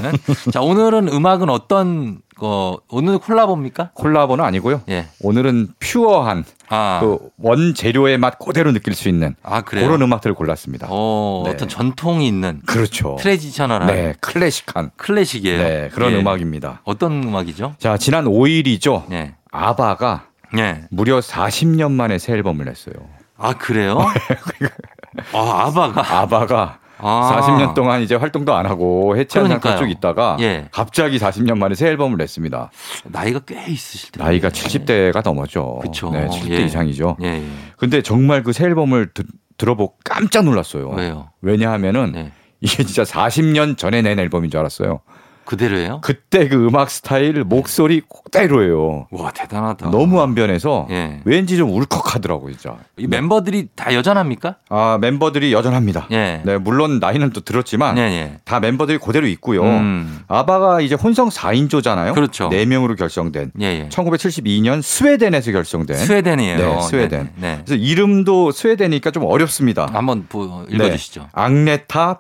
Speaker 1: 자, 오늘은 음악은 어떤 거, 오늘 콜라보입니까?
Speaker 5: 콜라보는 아니고요.
Speaker 1: 예.
Speaker 5: 오늘은 퓨어한
Speaker 1: 아,
Speaker 5: 그 원재료의 맛 그대로 느낄 수 있는
Speaker 1: 아 그래요?
Speaker 5: 그런 음악들을 골랐습니다.
Speaker 1: 어,
Speaker 5: 네.
Speaker 1: 어떤 전통이 있는
Speaker 5: 그렇죠.
Speaker 1: 트레디셔널한
Speaker 5: 네, 클래식한
Speaker 1: 클래식이에요.
Speaker 5: 네, 그런
Speaker 1: 예.
Speaker 5: 음악입니다.
Speaker 1: 어떤 음악이죠?
Speaker 5: 자, 지난 5일이죠.
Speaker 1: 예.
Speaker 5: 아바가
Speaker 1: 예.
Speaker 5: 무려 40년 만에 새 앨범을 냈어요.
Speaker 1: 아, 그래요? 아, 아바가.
Speaker 5: 아바가
Speaker 1: 아.
Speaker 5: 어, 40년 동안 이제 활동도 안 하고 해체한 상태
Speaker 1: 그러니까요.
Speaker 5: 쭉 있다가
Speaker 1: 예.
Speaker 5: 갑자기 40년 만에 새 앨범을 냈습니다.
Speaker 1: 나이가 꽤 있으실 텐데.
Speaker 5: 나이가 70대가 넘었죠.
Speaker 1: 예. 그쵸.
Speaker 5: 네, 70대
Speaker 1: 예.
Speaker 5: 이상이죠.
Speaker 1: 예. 예.
Speaker 5: 근데 정말 그 새 앨범을 드- 들어보고 깜짝 놀랐어요.
Speaker 1: 왜요?
Speaker 5: 냐하면은
Speaker 1: 네.
Speaker 5: 이게 진짜 40년 전에 낸 앨범인 줄 알았어요.
Speaker 1: 그대로예요?
Speaker 5: 그때 그 음악 스타일, 목소리 그대로예요.
Speaker 1: 와, 대단하다.
Speaker 5: 너무 아- 안 변해서
Speaker 1: 아. 예.
Speaker 5: 왠지 좀 울컥하더라고 진짜.
Speaker 1: 이 멤버들이 다 여전합니까?
Speaker 5: 아 멤버들이 여전합니다.
Speaker 1: 예.
Speaker 5: 네 물론 나이는 또 들었지만
Speaker 1: 예, 예.
Speaker 5: 다 멤버들이 그대로 있고요.
Speaker 1: 음.
Speaker 5: 아바가 이제 혼성 4인조잖아요.
Speaker 1: 그렇죠.
Speaker 5: 4명으로 결성된.
Speaker 1: 예, 예.
Speaker 5: 1972년 스웨덴에서 결성된.
Speaker 1: 스웨덴이에요.
Speaker 5: 네, 스웨덴.
Speaker 1: 네. 네.
Speaker 5: 그래서 이름도 스웨덴이니까 좀 어렵습니다.
Speaker 1: 한번 보- 읽어주시죠.
Speaker 5: 네. 앙네타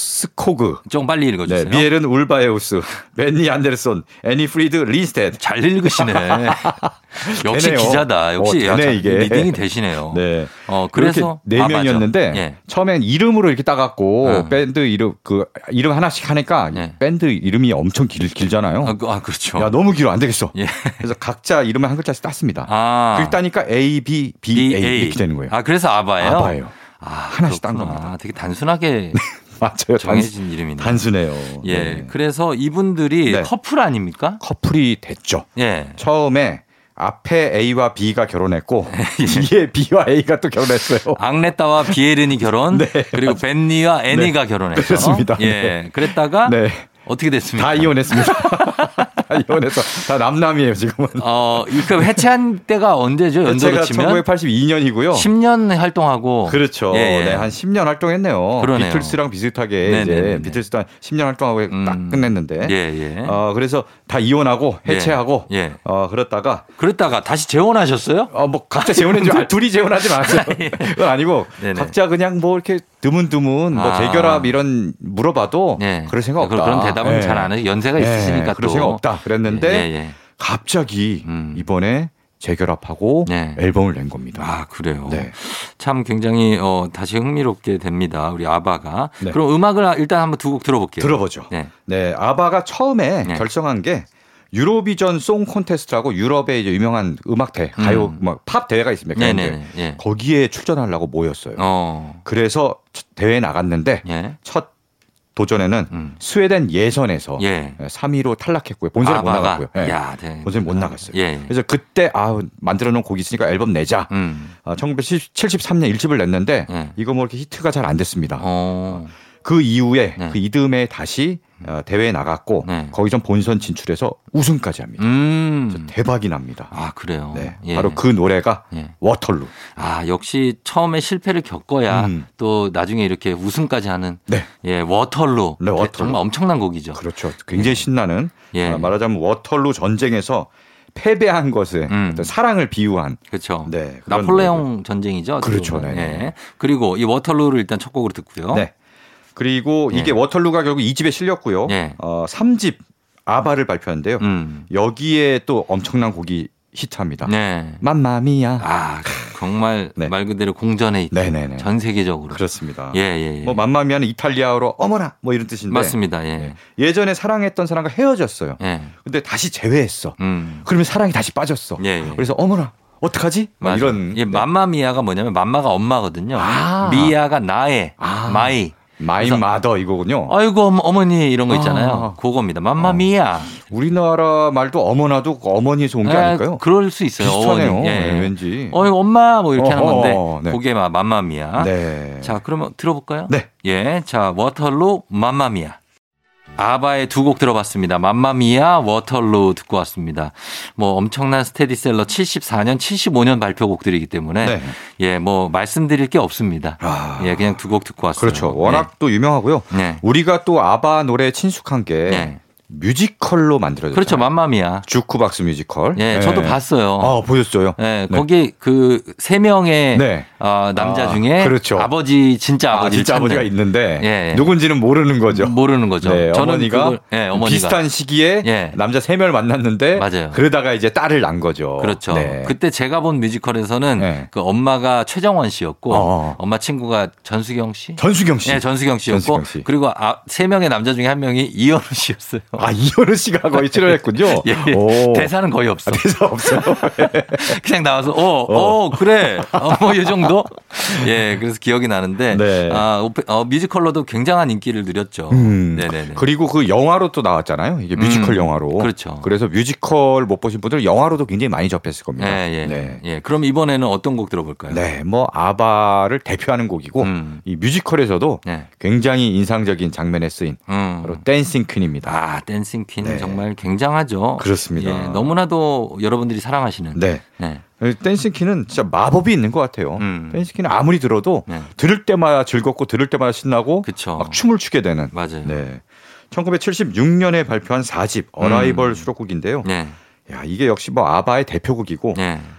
Speaker 5: 펠트스코그.
Speaker 1: 좀 빨리
Speaker 5: 네,
Speaker 1: 읽어주세요.
Speaker 5: 미엘은 울바에우스, 맨니 안데르손, 애니 프리드 린스테드.
Speaker 1: 잘 읽으시네. 역시
Speaker 5: 되네요.
Speaker 1: 기자다.
Speaker 5: 어,
Speaker 1: 역시
Speaker 5: 되네,
Speaker 1: 야, 참
Speaker 5: 이게.
Speaker 1: 리딩이 되시네요.
Speaker 5: 네.
Speaker 1: 어,
Speaker 5: 그렇게
Speaker 1: 그래서
Speaker 5: 네
Speaker 1: 아, 맞아.
Speaker 5: 명이었는데
Speaker 1: 예.
Speaker 5: 처음엔 이름으로 이렇게 따갖고
Speaker 1: 어.
Speaker 5: 밴드 이름 그 이름 하나씩 하니까
Speaker 1: 예.
Speaker 5: 밴드 이름이 엄청 길, 길잖아요.
Speaker 1: 아, 그- 아, 그렇죠.
Speaker 5: 어. 야 너무 길어 안 되겠어.
Speaker 1: 예.
Speaker 5: 그래서 각자 이름을 한 글자씩 땄습니다.
Speaker 1: 아.
Speaker 5: 그렇게 따니까 A B B A 이렇게 되는 거예요.
Speaker 1: 아, 그래서 아바예요?
Speaker 5: 아바예요.
Speaker 1: 아,
Speaker 5: 하나씩 딴
Speaker 1: 그렇구나.
Speaker 5: 겁니다.
Speaker 1: 되게 단순하게
Speaker 5: 맞아요. 단,
Speaker 1: 정해진 이름이네요.
Speaker 5: 단순해요.
Speaker 1: 예.
Speaker 5: 네.
Speaker 1: 그래서 이분들이
Speaker 5: 네.
Speaker 1: 커플 아닙니까?
Speaker 5: 커플이 됐죠.
Speaker 1: 예.
Speaker 5: 처음에 앞에 A와 B가 결혼했고
Speaker 1: 예.
Speaker 5: 뒤에 B와 A가 또 결혼했어요.
Speaker 1: 앙레타와 비에른이 결혼, 그리고 벤니와 애니가 결혼했죠.
Speaker 5: 네. 그렇습니다.
Speaker 1: 예, 그랬다가
Speaker 5: 네.
Speaker 1: 어떻게 됐습니까?
Speaker 5: 다 이혼했습니다. 다 이혼해서 다 남남이에요 지금은. 네,
Speaker 1: 어, 그 해체한 때가 언제죠? 연도로
Speaker 5: 제가
Speaker 1: 치면
Speaker 5: 1982년이고요.
Speaker 1: 10년 활동하고
Speaker 5: 그렇죠.
Speaker 1: 예, 예.
Speaker 5: 네, 한 10년 활동했네요.
Speaker 1: 그러네요.
Speaker 5: 비틀스랑 비슷하게
Speaker 1: 네네네네.
Speaker 5: 이제 비틀스도 한 10년 활동하고
Speaker 1: 음.
Speaker 5: 딱 끝냈는데.
Speaker 1: 예, 예.
Speaker 5: 어, 그래서 다 이혼하고 해체하고
Speaker 1: 예.
Speaker 5: 어, 그렇다가
Speaker 1: 그랬다가 다시 재혼하셨어요?
Speaker 5: 어, 뭐 각자 재혼한 줄 알- 둘이 재혼하진 않았어요. 그건 아니고
Speaker 1: 예. 네네.
Speaker 5: 각자 그냥 뭐 이렇게 드문드문 뭐
Speaker 1: 아. 예.
Speaker 5: 대결합 이런 물어봐도 네. 그럴 생각 없다.
Speaker 1: 네. 그런- 그런 대답은
Speaker 5: 예.
Speaker 1: 잘 안 해요. 연세가
Speaker 5: 예,
Speaker 1: 있으시니까 또.
Speaker 5: 그럴 생각 없다. 그랬는데
Speaker 1: 예, 예.
Speaker 5: 갑자기
Speaker 1: 음.
Speaker 5: 이번에 재결합하고
Speaker 1: 네.
Speaker 5: 앨범을 낸 겁니다.
Speaker 1: 아, 그래요.
Speaker 5: 네.
Speaker 1: 참 굉장히 어, 다시 흥미롭게 됩니다. 우리 아바가.
Speaker 5: 네.
Speaker 1: 그럼 음악을 일단 한번 두 곡 들어볼게요.
Speaker 5: 들어보죠.
Speaker 1: 네.
Speaker 5: 네, 아바가 처음에
Speaker 1: 네.
Speaker 5: 결성한 게 유로비전 송 콘테스트라고 유럽의 이제 유명한 음악 대 가요
Speaker 1: 음.
Speaker 5: 막팝 대회가 있습니다.
Speaker 1: 네,
Speaker 5: 그런데
Speaker 1: 네, 네. 예.
Speaker 5: 거기에 출전하려고 모였어요.
Speaker 1: 어.
Speaker 5: 그래서 첫 대회 나갔는데
Speaker 1: 예.
Speaker 5: 첫 도전에는
Speaker 1: 음.
Speaker 5: 스웨덴 예선에서 네,
Speaker 1: 예.
Speaker 5: 3위로 탈락했고요. 본선에 못
Speaker 1: 아바가.
Speaker 5: 나갔고요. 예.
Speaker 1: 야, 네.
Speaker 5: 본선에 못 나갔어요.
Speaker 1: 예, 예.
Speaker 5: 그래서 그때 아 만들어 놓은 곡이 있으니까 앨범 내자.
Speaker 1: 음.
Speaker 5: 아, 1973년 1집을 냈는데
Speaker 1: 예.
Speaker 5: 이거 뭐 이렇게 히트가 잘 안 됐습니다.
Speaker 1: 어.
Speaker 5: 그 이후에
Speaker 1: 네.
Speaker 5: 그 이듬해 다시 어, 대회에 나갔고
Speaker 1: 네.
Speaker 5: 거기서 본선 진출해서 우승까지 합니다.
Speaker 1: 음.
Speaker 5: 대박이 납니다.
Speaker 1: 아, 그래요.
Speaker 5: 네,
Speaker 1: 예.
Speaker 5: 바로 그 노래가
Speaker 1: 예.
Speaker 5: 워털루.
Speaker 1: 아, 역시 처음에 실패를 겪어야
Speaker 5: 음.
Speaker 1: 또 나중에 이렇게 우승까지 하는
Speaker 5: 네.
Speaker 1: 예, 워털루.
Speaker 5: 네, 워털루.
Speaker 1: 정말 엄청난 곡이죠.
Speaker 5: 그렇죠. 굉장히 신나는
Speaker 1: 예.
Speaker 5: 아, 말하자면 워털루 전쟁에서 패배한 것에
Speaker 1: 음.
Speaker 5: 어떤 사랑을 비유한
Speaker 1: 그렇죠.
Speaker 5: 네, 그런
Speaker 1: 나폴레옹 전쟁이죠. 어떻게
Speaker 5: 그렇죠,
Speaker 1: 보면.
Speaker 5: 네네.
Speaker 1: 예. 그리고 이 워털루를 일단 첫 곡으로 듣고요.
Speaker 5: 네. 그리고
Speaker 1: 예.
Speaker 5: 이게 워털루가 결국 2집에 실렸고요.
Speaker 1: 예.
Speaker 5: 어, 3집 아바를 발표했는데요.
Speaker 1: 음.
Speaker 5: 여기에 또 엄청난 곡이 히트합니다.
Speaker 1: 네.
Speaker 5: 맘마미야.
Speaker 1: 아, 정말
Speaker 5: 아. 네.
Speaker 1: 말 그대로 공전에 있죠.
Speaker 5: 네네네.
Speaker 1: 전 세계적으로.
Speaker 5: 그렇습니다.
Speaker 1: 예, 예. 예.
Speaker 5: 뭐 맘마미아는 이탈리아어로 어머나 뭐 이런 뜻인데
Speaker 1: 맞습니다.
Speaker 5: 예.
Speaker 1: 예.
Speaker 5: 예전에 사랑했던 사람과 헤어졌어요.
Speaker 1: 예.
Speaker 5: 근데 다시 재회했어.
Speaker 1: 음.
Speaker 5: 그러면 사랑이 다시 빠졌어.
Speaker 1: 예, 예.
Speaker 5: 그래서 어머나 어떡하지? 막
Speaker 1: 맞아요.
Speaker 5: 뭐 이런 네.
Speaker 1: 예, 맘마미아가 뭐냐면 맘마가 엄마거든요.
Speaker 5: 아.
Speaker 1: 미아가 나의
Speaker 5: 아.
Speaker 1: 마이.
Speaker 5: 마이
Speaker 1: 그래서-
Speaker 5: 마더 이거군요.
Speaker 1: 아이고 어머- 어머니 이런 거 있잖아요.
Speaker 5: 아.
Speaker 1: 그겁니다. 맘마미아.
Speaker 5: 우리나라 말도 어머나도 어머니에서 온 게
Speaker 1: 예,
Speaker 5: 아닐까요?
Speaker 1: 그럴 수 있어요.
Speaker 5: 비슷하네요.
Speaker 1: 어머니. 예.
Speaker 5: 네, 왠지.
Speaker 1: 어이 엄마 뭐 이렇게 하는 건데
Speaker 5: 어허, 네.
Speaker 1: 그게 막 맘마미아.
Speaker 5: 네.
Speaker 1: 자, 그러면 들어볼까요?
Speaker 5: 네.
Speaker 1: 예. 자, 워털루 맘마미아. 아바의 두 곡 들어봤습니다. 맘마미아, 워털루 듣고 왔습니다. 뭐 엄청난 스테디셀러 74년, 75년 발표곡들이기 때문에
Speaker 5: 네.
Speaker 1: 예, 뭐 말씀드릴 게 없습니다.
Speaker 5: 아.
Speaker 1: 예, 그냥 두 곡 듣고 왔어요.
Speaker 5: 그렇죠. 워낙 또 유명하고요.
Speaker 1: 예. 네.
Speaker 5: 우리가 또 아바 노래에 친숙한 게
Speaker 1: 네.
Speaker 5: 뮤지컬로 만들어졌어요.
Speaker 1: 그렇죠. 맘마미아.
Speaker 5: 주크박스 뮤지컬.
Speaker 1: 예,
Speaker 5: 네.
Speaker 1: 저도 봤어요.
Speaker 5: 아, 보셨어요?
Speaker 1: 예,
Speaker 5: 네.
Speaker 1: 거기 그 세 명의
Speaker 5: 네.
Speaker 1: 어, 남자
Speaker 5: 아,
Speaker 1: 중에
Speaker 5: 그렇죠.
Speaker 1: 아버지 진짜
Speaker 5: 아,
Speaker 1: 아버지
Speaker 5: 진짜 아버지가 있는데
Speaker 1: 예, 예.
Speaker 5: 누군지는 모르는 거죠.
Speaker 1: 모르는 거죠.
Speaker 5: 네,
Speaker 1: 저는
Speaker 5: 어머니가,
Speaker 1: 그걸- 예, 어머니가.
Speaker 5: 비슷한 시기에
Speaker 1: 예.
Speaker 5: 남자 세 명을 만났는데
Speaker 1: 맞아요.
Speaker 5: 그러다가 이제 딸을 낳은 거죠.
Speaker 1: 그렇죠.
Speaker 5: 네.
Speaker 1: 그때 제가 본 뮤지컬에서는
Speaker 5: 네.
Speaker 1: 그 엄마가 최정원 씨였고
Speaker 5: 어.
Speaker 1: 엄마 친구가 전수경 씨.
Speaker 5: 전수경 씨.
Speaker 1: 네, 전수경 씨였고
Speaker 5: 전수경 씨.
Speaker 1: 그리고 아, 세 명의 남자 중에 한 명이 이현우 씨였어요.
Speaker 5: 아, 이현우 씨가 거의 출연했군요.
Speaker 1: 예, 예.
Speaker 5: 오.
Speaker 1: 대사는 거의 없어.
Speaker 5: 아, 대사 없어요.
Speaker 1: 그냥 나와서 어, 어, 그래. 어, 뭐이 정도. 예, 그래서 기억이 나는데
Speaker 5: 네.
Speaker 1: 아, 오페- 어, 뮤지컬로도 굉장한 인기를 누렸죠.
Speaker 5: 음.
Speaker 1: 네, 네, 네.
Speaker 5: 그리고 그 영화로 또 나왔잖아요. 이게 뮤지컬
Speaker 1: 음,
Speaker 5: 영화로.
Speaker 1: 그렇죠.
Speaker 5: 그래서 뮤지컬 못 보신 분들 영화로도 굉장히 많이 접했을 겁니다.
Speaker 1: 예, 예.
Speaker 5: 네.
Speaker 1: 예. 그럼 이번에는 어떤 곡 들어볼까요?
Speaker 5: 네, 뭐 아바를 대표하는 곡이고
Speaker 1: 음.
Speaker 5: 이 뮤지컬에서도
Speaker 1: 네.
Speaker 5: 굉장히 인상적인 장면에 쓰인
Speaker 1: 음.
Speaker 5: 바로 댄싱 퀸입니다.
Speaker 1: 아, 댄싱 퀸
Speaker 5: 네.
Speaker 1: 정말 굉장하죠.
Speaker 5: 그렇습니다.
Speaker 1: 예, 너무나도 여러분들이 사랑하시는.
Speaker 5: 네.
Speaker 1: 네.
Speaker 5: 댄싱 퀸은 진짜 마법이 있는 것 같아요.
Speaker 1: 음.
Speaker 5: 댄싱 퀸은 아무리 들어도
Speaker 1: 네.
Speaker 5: 들을 때마다 즐겁고 들을 때마다 신나고
Speaker 1: 그쵸.
Speaker 5: 막 춤을 추게 되는.
Speaker 1: 맞아요. 네.
Speaker 5: 네. 1976년에 발표한 4집 어라이벌 수록곡인데요.
Speaker 1: 음. 네.
Speaker 5: 야, 이게 역시 뭐 아바의 대표곡이고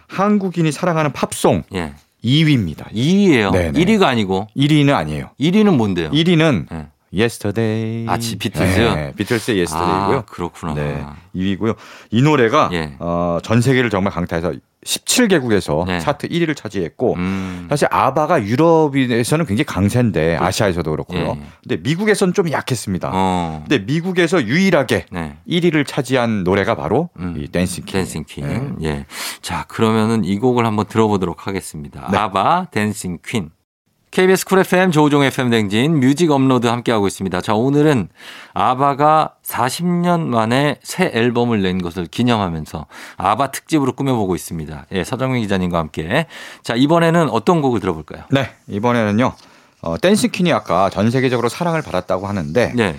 Speaker 5: 한국인이 사랑하는 팝송
Speaker 1: 예.
Speaker 5: 2위입니다.
Speaker 1: 2위예요
Speaker 5: 네, 네.
Speaker 1: 1위가 아니고
Speaker 5: 1위는 아니에요.
Speaker 1: 1위는 뭔데요?
Speaker 5: 1위는
Speaker 1: 네.
Speaker 5: Yesterday.
Speaker 1: 아, 지- 비틀즈요?
Speaker 5: 네, 비틀스의 Yesterday고요.
Speaker 1: 아, 그렇구나.
Speaker 5: 네, 2위고요. 이 노래가
Speaker 1: 예.
Speaker 5: 어, 전 세계를 정말 강타해서 17개국에서
Speaker 1: 네.
Speaker 5: 차트 1위를 차지했고
Speaker 1: 음.
Speaker 5: 사실 아바가 유럽에서는 굉장히 강세인데 아시아에서도 그렇고요.
Speaker 1: 그렇죠. 예.
Speaker 5: 근데 미국에선 좀 약했습니다.
Speaker 1: 어.
Speaker 5: 근데 미국에서 유일하게
Speaker 1: 네.
Speaker 5: 1위를 차지한 노래가 바로
Speaker 1: 음.
Speaker 5: 이 댄싱 퀸.
Speaker 1: 댄싱 퀸.
Speaker 5: 네.
Speaker 1: 예. 자, 그러면은 이 곡을 한번 들어보도록 하겠습니다.
Speaker 5: 네.
Speaker 1: 아바 댄싱 퀸. KBS 쿨 FM 조우종 FM 댕진 뮤직 업로드 함께하고 있습니다. 자, 오늘은 아바가 40년 만에 새 앨범을 낸 것을 기념하면서 아바 특집으로 꾸며보고 있습니다. 예, 서정민 기자님과 함께. 자, 이번에는 어떤 곡을 들어볼까요?
Speaker 5: 네, 이번에는요. 어, 댄스 퀸이 아까 전 세계적으로 사랑을 받았다고 하는데
Speaker 1: 네.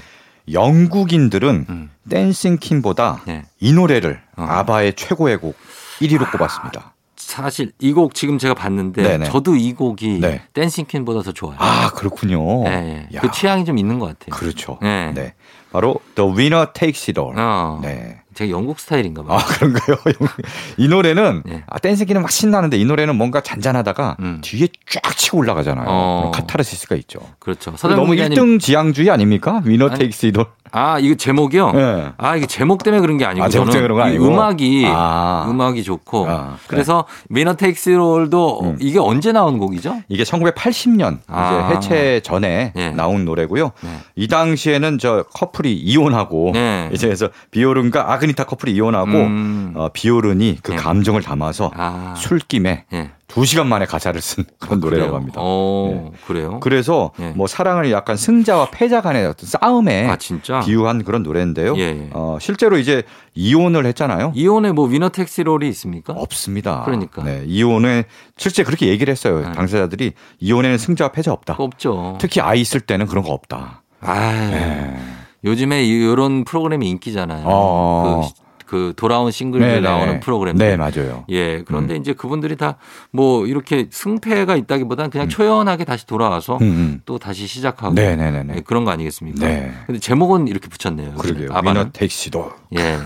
Speaker 5: 영국인들은
Speaker 1: 음.
Speaker 5: 댄싱 퀸보다
Speaker 1: 네.
Speaker 5: 이 노래를
Speaker 1: 어. 아.
Speaker 5: 아바의 최고의 곡 1위로 꼽았습니다.
Speaker 1: 사실 이 곡 지금 제가 봤는데
Speaker 5: 네네.
Speaker 1: 저도 이 곡이
Speaker 5: 네.
Speaker 1: 댄싱 퀸보다 더 좋아요.
Speaker 5: 아 그렇군요.
Speaker 1: 예, 예.
Speaker 5: 야,
Speaker 1: 그 취향이 좀 있는 것 같아요.
Speaker 5: 그렇죠.
Speaker 1: 예.
Speaker 5: 네, 바로 The Winner Takes It All.
Speaker 1: 어.
Speaker 5: 네.
Speaker 1: 제가 영국 스타일인가 봐요.
Speaker 5: 아 그런가요? 이 노래는
Speaker 1: 네.
Speaker 5: 아, 댄스기는 막 신나는데 이 노래는 뭔가 잔잔하다가
Speaker 1: 음.
Speaker 5: 뒤에 쫙 치고 올라가잖아요.
Speaker 1: 어.
Speaker 5: 그럼 카타르시스가 있죠.
Speaker 1: 그렇죠. 서정민
Speaker 5: 너무
Speaker 1: 기자님.
Speaker 5: 1등 지향주의 아닙니까? 위너
Speaker 1: 아니,
Speaker 5: 테이크스 이돌.
Speaker 1: 아, 이거 제목이요?
Speaker 5: 네.
Speaker 1: 아, 이게 제목 때문에 그런 게 아니고
Speaker 5: 아, 제목
Speaker 1: 저는
Speaker 5: 때문에 그런 거
Speaker 1: 이
Speaker 5: 아니고?
Speaker 1: 음악이
Speaker 5: 아.
Speaker 1: 음악이 좋고
Speaker 5: 아, 그래.
Speaker 1: 그래서 미너 텍스 롤도
Speaker 5: 음. 어,
Speaker 1: 이게 언제 나온 곡이죠?
Speaker 5: 이게 1980년
Speaker 1: 아.
Speaker 5: 이제 해체 전에
Speaker 1: 예.
Speaker 5: 나온 노래고요.
Speaker 1: 네.
Speaker 5: 이 당시에는 저 커플이 이혼하고
Speaker 1: 네.
Speaker 5: 이제 그래서 비오른과 아그니타 커플이 이혼하고
Speaker 1: 음.
Speaker 5: 어, 비오른이 그
Speaker 1: 네.
Speaker 5: 감정을 담아서
Speaker 1: 아.
Speaker 5: 술김에
Speaker 1: 예.
Speaker 5: 두 시간 만에 가사를 쓴 그런 노래라고
Speaker 1: 그래요?
Speaker 5: 합니다. 네.
Speaker 1: 어, 그래요?
Speaker 5: 그래서
Speaker 1: 예.
Speaker 5: 뭐 사랑을 약간 승자와 패자 간의 어떤 싸움에
Speaker 1: 아, 진짜?
Speaker 5: 비유한 그런 노래인데요.
Speaker 1: 예, 예.
Speaker 5: 어, 실제로 이제 이혼을 했잖아요.
Speaker 1: 이혼에 뭐 위너 텍스 롤이 있습니까?
Speaker 5: 없습니다.
Speaker 1: 그러니까.
Speaker 5: 네, 이혼에 실제 그렇게 얘기를 했어요.
Speaker 1: 네.
Speaker 5: 당사자들이 이혼에는 승자와 패자 없다.
Speaker 1: 뭐. 없죠.
Speaker 5: 특히 아이 있을 때는 그런 거 없다.
Speaker 1: 아유,
Speaker 5: 네.
Speaker 1: 요즘에 이런 프로그램이 인기잖아요.
Speaker 5: 어.
Speaker 1: 그, 그 돌아온 싱글들
Speaker 5: 네,
Speaker 1: 나오는
Speaker 5: 네.
Speaker 1: 프로그램.
Speaker 5: 네, 맞아요.
Speaker 1: 예, 그런데
Speaker 5: 음.
Speaker 1: 이제 그분들이 다 뭐 이렇게 승패가 있다기보다는 그냥 초연하게 다시 돌아와서
Speaker 5: 음,
Speaker 1: 또 다시 시작하고
Speaker 5: 음. 네, 네, 네,
Speaker 1: 예,
Speaker 5: 네.
Speaker 1: 그런 거 아니겠습니까?
Speaker 5: 네.
Speaker 1: 근데 제목은 이렇게 붙였네요.
Speaker 5: 그러게요.
Speaker 1: 아바는
Speaker 5: 위너 택시도.
Speaker 1: 예,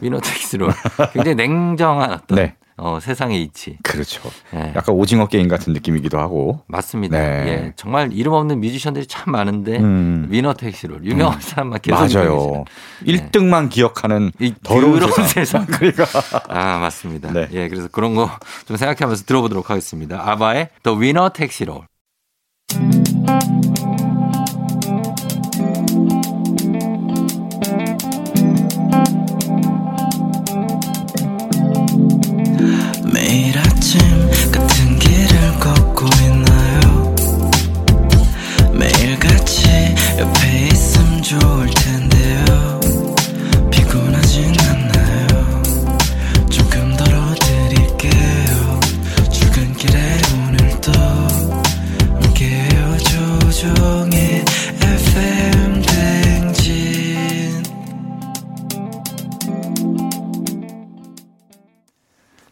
Speaker 1: 위너텍스로 굉장히 냉정한 어떤
Speaker 5: 네.
Speaker 1: 어, 세상의 이치.
Speaker 5: 그렇죠.
Speaker 1: 예,
Speaker 5: 약간 오징어 게임 같은 느낌이기도 하고.
Speaker 1: 맞습니다.
Speaker 5: 네.
Speaker 1: 예, 정말 이름 없는 뮤지션들이 참 많은데
Speaker 5: 음.
Speaker 1: 위너텍스로 유명한 사람만 계속
Speaker 5: 맞아요.
Speaker 1: 유명해지는.
Speaker 5: 일등만 기억하는
Speaker 1: 이
Speaker 5: 더러운 세상.
Speaker 1: 세상.
Speaker 5: 그러니까.
Speaker 1: 아 맞습니다.
Speaker 5: 네.
Speaker 1: 예, 그래서 그런 거 좀 생각하면서 들어보도록 하겠습니다. 아바의 The Winner Takes It All.
Speaker 4: 매일 아침 같은 길을 걷고 있나요 매일 같이 옆에 있음 좋을 텐데요 피곤하진 않나요 조금 덜어드릴게요 출근길에 오늘도 함께해요 조종의 FM 댕진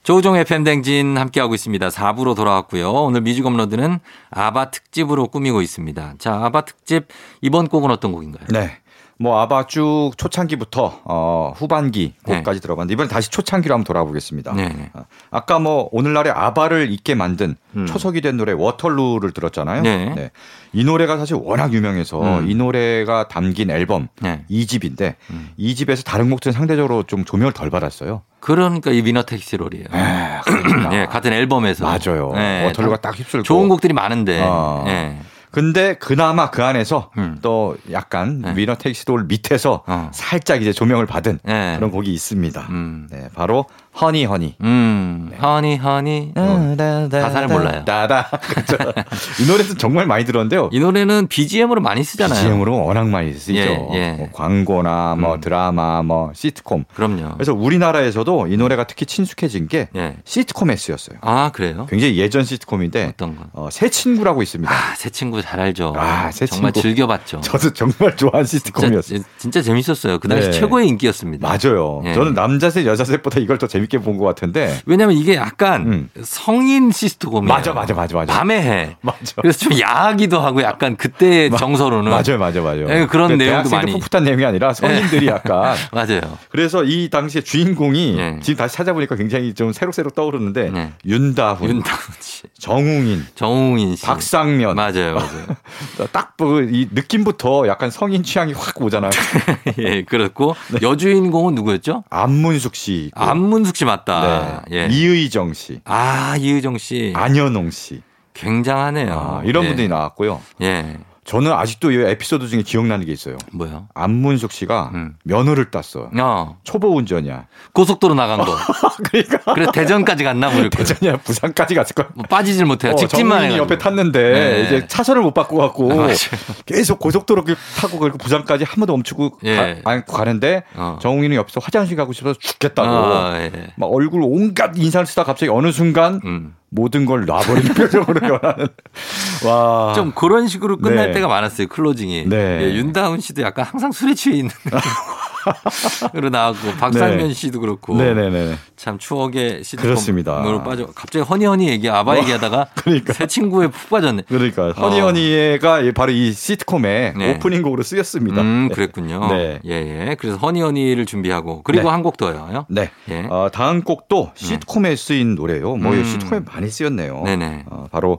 Speaker 1: 조우종의 팬댕진 함께하고 있습니다. 4부로 돌아왔고요. 오늘 뮤직 업로드는 아바 특집으로 꾸미고 있습니다. 자, 아바 특집 이번 곡은 어떤 곡인가요?
Speaker 5: 네. 뭐 아바 쭉 초창기부터 어, 후반기
Speaker 1: 네.
Speaker 5: 곡까지 들어봤는데 이번에 다시 초창기로 한번 돌아보겠습니다.
Speaker 1: 네, 네.
Speaker 5: 아, 아까 뭐 오늘날의 아바를 있게 만든
Speaker 1: 음.
Speaker 5: 초석이 된 노래 워털루를 들었잖아요.
Speaker 1: 네.
Speaker 5: 이 노래가 사실 워낙 유명해서
Speaker 1: 음.
Speaker 5: 이 노래가 담긴 앨범
Speaker 1: 네.
Speaker 5: 이집인데이집에서 다른 곡들은 상대적으로 좀 조명을 덜 받았어요.
Speaker 1: 그러니까 이 위너 택시롤이에요.
Speaker 5: 에, 그러니까.
Speaker 1: 예, 같은 앨범에서.
Speaker 5: 맞아요.
Speaker 1: 예,
Speaker 5: 워털루가
Speaker 1: 다-
Speaker 5: 딱 휩쓸고
Speaker 1: 좋은 곡들이 많은데.
Speaker 5: 어.
Speaker 1: 예.
Speaker 5: 근데 그나마 그 안에서
Speaker 1: 음.
Speaker 5: 또 약간
Speaker 1: 네.
Speaker 5: 위너 택시돌 밑에서
Speaker 1: 어.
Speaker 5: 살짝 이제 조명을 받은
Speaker 1: 예.
Speaker 5: 그런 곡이 있습니다.
Speaker 1: 음.
Speaker 5: 네, 바로 허니 허니.
Speaker 1: 음.
Speaker 5: 네.
Speaker 1: 허니 허니.
Speaker 5: 어.
Speaker 1: 가사를 몰라요.
Speaker 5: 나다. 그렇죠. 이 노래도 정말 많이 들었는데요.
Speaker 1: 이 노래는 BGM으로 많이 쓰잖아요.
Speaker 5: BGM으로 워낙 많이 쓰죠.
Speaker 1: 예, 예.
Speaker 5: 뭐 광고나 뭐
Speaker 1: 음.
Speaker 5: 드라마, 뭐 시트콤.
Speaker 1: 그럼요.
Speaker 5: 그래서 우리나라에서도 이 노래가 특히 친숙해진 게
Speaker 1: 예.
Speaker 5: 시트콤에 쓰였어요.
Speaker 1: 아, 그래요?
Speaker 5: 굉장히 예전 시트콤인데
Speaker 1: 어떤 건?
Speaker 5: 어, 새 친구라고 있습니다.
Speaker 1: 아, 새 친구 잘 알죠.
Speaker 5: 아, 새
Speaker 1: 정말
Speaker 5: 친구.
Speaker 1: 즐겨봤죠.
Speaker 5: 저도 정말 좋아하는 시트콤이었어요.
Speaker 1: 진짜, 진짜 재밌었어요. 그 당시
Speaker 5: 네.
Speaker 1: 최고의 인기였습니다.
Speaker 5: 맞아요.
Speaker 1: 예.
Speaker 5: 저는 남자셋 여자셋보다 이걸 더 재밌게 본 것 같은데.
Speaker 1: 왜냐면 이게 약간
Speaker 5: 음.
Speaker 1: 성인 시스템이에요.
Speaker 5: 맞아, 맞아, 맞아, 맞아.
Speaker 1: 밤에 해.
Speaker 5: 맞아.
Speaker 1: 그래서 좀 야하기도 하고 약간 그때의 정서로는
Speaker 5: 맞아요, 맞아요, 맞아요.
Speaker 1: 예, 그런
Speaker 5: 근데
Speaker 1: 내용도
Speaker 5: 대학생도
Speaker 1: 많이. 예.
Speaker 5: 풋풋한 내용이 아니라 성인들이 약간
Speaker 1: 맞아요.
Speaker 5: 그래서 이 당시에 주인공이
Speaker 1: 예.
Speaker 5: 지금 다시 찾아보니까 굉장히 좀 새록새록 떠오르는데
Speaker 1: 네.
Speaker 5: 윤다훈,
Speaker 1: 윤다운 씨,
Speaker 5: 정웅인,
Speaker 1: 정웅인 씨,
Speaker 5: 음. 박상면
Speaker 1: 맞아요, 맞아요.
Speaker 5: 딱이 느낌부터 약간 성인 취향이 확 오잖아요.
Speaker 1: 예, 그렇고
Speaker 5: 네.
Speaker 1: 여주인공은 누구였죠?
Speaker 5: 안문숙 씨, 있고,
Speaker 1: 안문숙 씨
Speaker 5: 네.
Speaker 1: 맞다. 예.
Speaker 5: 이의정 씨,
Speaker 1: 아 이유정 씨
Speaker 5: 안현홍 씨
Speaker 1: 굉장하네요.
Speaker 5: 아, 이런
Speaker 1: 예.
Speaker 5: 분들이 나왔고요.
Speaker 1: 예.
Speaker 5: 저는 아직도 이 에피소드 중에 기억나는 게 있어요.
Speaker 1: 뭐요?
Speaker 5: 안문숙 씨가
Speaker 1: 음.
Speaker 5: 면허를 땄어.
Speaker 1: 어
Speaker 5: 초보 운전이야.
Speaker 1: 고속도로 나간 거.
Speaker 5: 그러니까
Speaker 1: 그래 대전까지 갔나 보일 거예요.
Speaker 5: 전혀 부산까지 갔을 거야.
Speaker 1: 뭐 빠지질 못해요.
Speaker 5: 어,
Speaker 1: 직진만
Speaker 5: 정민이
Speaker 1: 해.
Speaker 5: 옆에 탔는데
Speaker 1: 네.
Speaker 5: 이제 차선을 못 바꿔 갖고
Speaker 1: 아, 맞아요.
Speaker 5: 계속 고속도로 길 타고 그리고 부산까지 한 번도 멈추고
Speaker 1: 예.
Speaker 5: 가, 안고 가는데
Speaker 1: 어.
Speaker 5: 정웅이는 옆에서 화장실 가고 싶어서 죽겠다고
Speaker 1: 아, 예.
Speaker 5: 막 얼굴 온갖 인상을 쓰다 갑자기 어느 순간
Speaker 1: 음.
Speaker 5: 모든 걸 놔버리는 표정으로 변하는 와.
Speaker 1: 좀 그런 식으로 끝날
Speaker 5: 네.
Speaker 1: 때가 많았어요. 클로징이.
Speaker 5: 네.
Speaker 1: 예, 윤다운 씨도 약간 항상 술에 취해 있는 으로 나왔고 박상면 씨도 그렇고
Speaker 5: 네. 네네네.
Speaker 1: 참 추억의
Speaker 5: 그렇습니다.
Speaker 1: 시트콤으로 빠져 갑자기 허니허니 얘기 아바 얘기하다가
Speaker 5: 그러니까.
Speaker 1: 새 친구에 푹 빠졌네.
Speaker 5: 그러니까
Speaker 1: 어.
Speaker 5: 허니허니가 바로 이 시트콤의
Speaker 1: 네.
Speaker 5: 오프닝곡으로 쓰였습니다.
Speaker 1: 음
Speaker 5: 네.
Speaker 1: 그랬군요.
Speaker 5: 네.
Speaker 1: 예예. 그래서 허니허니를 준비하고 그리고
Speaker 5: 네.
Speaker 1: 한 곡 더요.
Speaker 5: 네.
Speaker 1: 예.
Speaker 5: 어, 다음 곡도 시트콤에 쓰인 노래예요. 뭐
Speaker 1: 음.
Speaker 5: 시트콤에 많이 쓰였네요.
Speaker 1: 네네.
Speaker 5: 어, 바로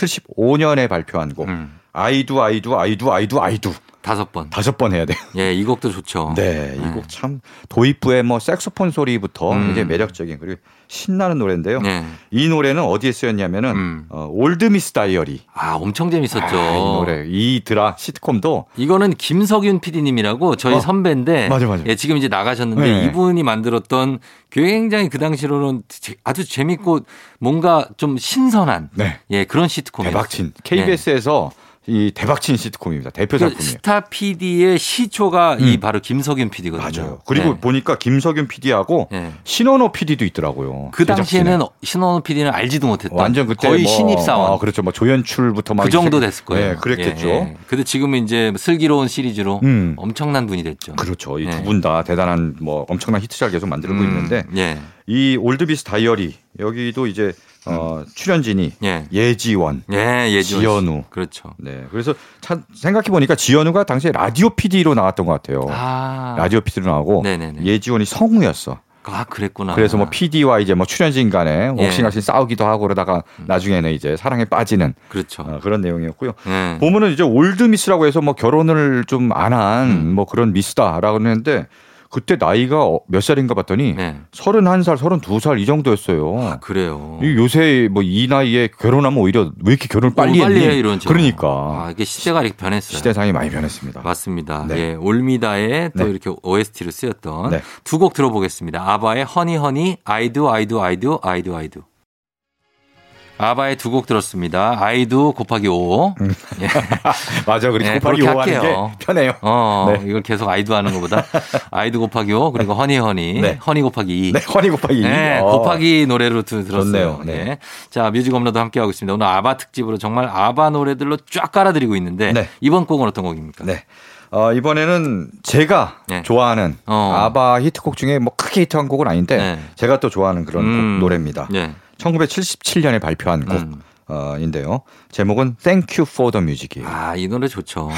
Speaker 5: 1975년에 발표한 곡.
Speaker 1: 음.
Speaker 5: 아이두 아이두 아이두 아이두 아이두
Speaker 1: 다섯 번.
Speaker 5: 다섯 번 해야 돼요.
Speaker 1: 예, 이 곡도 좋죠.
Speaker 5: 네, 이 곡 참 도입부의 뭐 색소폰 소리부터
Speaker 1: 음.
Speaker 5: 굉장히 매력적인 그리고 신나는 노래인데요.
Speaker 1: 네.
Speaker 5: 이 노래는 어디에 쓰였냐면은
Speaker 1: 음.
Speaker 5: 어, 올드 미스 다이어리
Speaker 1: 아, 엄청 재밌었죠.
Speaker 5: 아, 이 노래 이 드라 시트콤도
Speaker 1: 이거는 김석윤 PD님이라고 저희
Speaker 5: 어,
Speaker 1: 선배인데
Speaker 5: 맞아, 맞아.
Speaker 1: 예, 지금 이제 나가셨는데
Speaker 5: 네.
Speaker 1: 이분이 만들었던 굉장히 그 당시로는 제- 아주 재밌고 뭔가 좀 신선한
Speaker 5: 네.
Speaker 1: 예, 그런 시트콤이에요. 네.
Speaker 5: 대박친 KBS에서 이 대박친 시트콤입니다. 대표
Speaker 1: 그
Speaker 5: 작품이에요.
Speaker 1: 스타 PD의 시초가 이
Speaker 5: 음.
Speaker 1: 바로 김석윤 PD거든요.
Speaker 5: 맞아요. 네. 그리고 보니까 김석윤 PD하고
Speaker 1: 예.
Speaker 5: 신원호 PD도 있더라고요.
Speaker 1: 그 당시에는
Speaker 5: 제작진에.
Speaker 1: 신원호 PD는 알지도 못했던
Speaker 5: 완전 그때
Speaker 1: 거의
Speaker 5: 뭐,
Speaker 1: 신입 사원
Speaker 5: 아, 그렇죠. 뭐 조연출부터 막
Speaker 1: 그 정도
Speaker 5: 이렇게-
Speaker 1: 됐을 거예요.
Speaker 5: 네, 그랬겠죠.
Speaker 1: 예, 예. 근데 지금은 이제 슬기로운 시리즈로
Speaker 5: 음.
Speaker 1: 엄청난 분이 됐죠.
Speaker 5: 그렇죠. 이
Speaker 1: 예.
Speaker 5: 두 분 다 대단한 뭐 엄청난 히트작 계속 만들고
Speaker 1: 음,
Speaker 5: 있는데
Speaker 1: 예.
Speaker 5: 이 올드비스 다이어리 여기도 이제 어, 출연진이
Speaker 1: 음. 예.
Speaker 5: 예지원,
Speaker 1: 예, 예지원 씨.
Speaker 5: 지연우.
Speaker 1: 그렇죠.
Speaker 5: 네. 그래서 참 생각해 보니까 지연우가 당시에 라디오 PD로 나왔던 것 같아요.
Speaker 1: 아.
Speaker 5: 어. 라디오 PD로 나오고
Speaker 1: 네네네.
Speaker 5: 예지원이 성우였어.
Speaker 1: 아, 그랬구나.
Speaker 5: 그래서 뭐 PD와 이제 뭐 출연진 간에
Speaker 1: 예. 음.
Speaker 5: 옥신각신 싸우기도 하고 그러다가 나중에는 이제 사랑에 빠지는
Speaker 1: 그렇죠.
Speaker 5: 어, 그런 내용이었고요.
Speaker 1: 예.
Speaker 5: 음. 보면은 이제 올드 미스라고 해서 뭐 결혼을 좀 안 한
Speaker 1: 음.
Speaker 5: 뭐 그런 미스다라고 했는데 그때 나이가 어- 몇 살인가 봤더니
Speaker 1: 네.
Speaker 5: 31살, 32살 이 정도였어요.
Speaker 1: 아, 그래요.
Speaker 5: 이 요새 뭐 이 나이에 결혼하면 오히려 왜 이렇게 결혼을 빨리
Speaker 1: 오,
Speaker 5: 했니?
Speaker 1: 어, 해, 이런 식으로.
Speaker 5: 그러니까
Speaker 1: 아, 이게 시대가 이렇게 변했어요.
Speaker 5: 시대상이 많이 변했습니다.
Speaker 1: 맞습니다.
Speaker 5: 네.
Speaker 1: 예, 올미다의 또
Speaker 5: 네.
Speaker 1: 이렇게 OST로 쓰였던
Speaker 5: 네.
Speaker 1: 두 곡 들어보겠습니다. 아바의 허니 허니, I do I do I do I do I do. 아바의 두 곡 들었습니다. I do 곱하기 5.
Speaker 5: 음.
Speaker 1: 예.
Speaker 5: 맞아. 그리고
Speaker 1: 네,
Speaker 5: 곱하기
Speaker 1: 그렇게
Speaker 5: 5 하는
Speaker 1: 할게요.
Speaker 5: 게 편해요.
Speaker 1: 어,
Speaker 5: 네.
Speaker 1: 이걸 계속 아이도 하는 것보다 아이도 곱하기 5 그리고 허니 허니,
Speaker 5: 네.
Speaker 1: 허니 곱하기 E. 2.
Speaker 5: 네, 허니 곱하기 어. 2.
Speaker 1: 네, 곱하기 노래로 두- 들었어요.
Speaker 5: 좋네요. 네.
Speaker 1: 예. 자, 뮤직 업로드 함께하고 있습니다. 오늘 아바 특집으로 정말 아바 노래들로 쫙 깔아드리고 있는데
Speaker 5: 네.
Speaker 1: 이번 곡은 어떤 곡입니까?
Speaker 5: 네. 어, 이번에는 제가
Speaker 1: 네.
Speaker 5: 좋아하는
Speaker 1: 어.
Speaker 5: 아바 히트곡 중에 뭐 크게 히트한 곡은 아닌데
Speaker 1: 네.
Speaker 5: 제가 또 좋아하는 그런
Speaker 1: 음.
Speaker 5: 곡, 노래입니다.
Speaker 1: 네.
Speaker 5: 1977년에 발표한
Speaker 1: 음.
Speaker 5: 곡인데요. 제목은 Thank You for the Music이에요.
Speaker 1: 아, 이 노래 좋죠.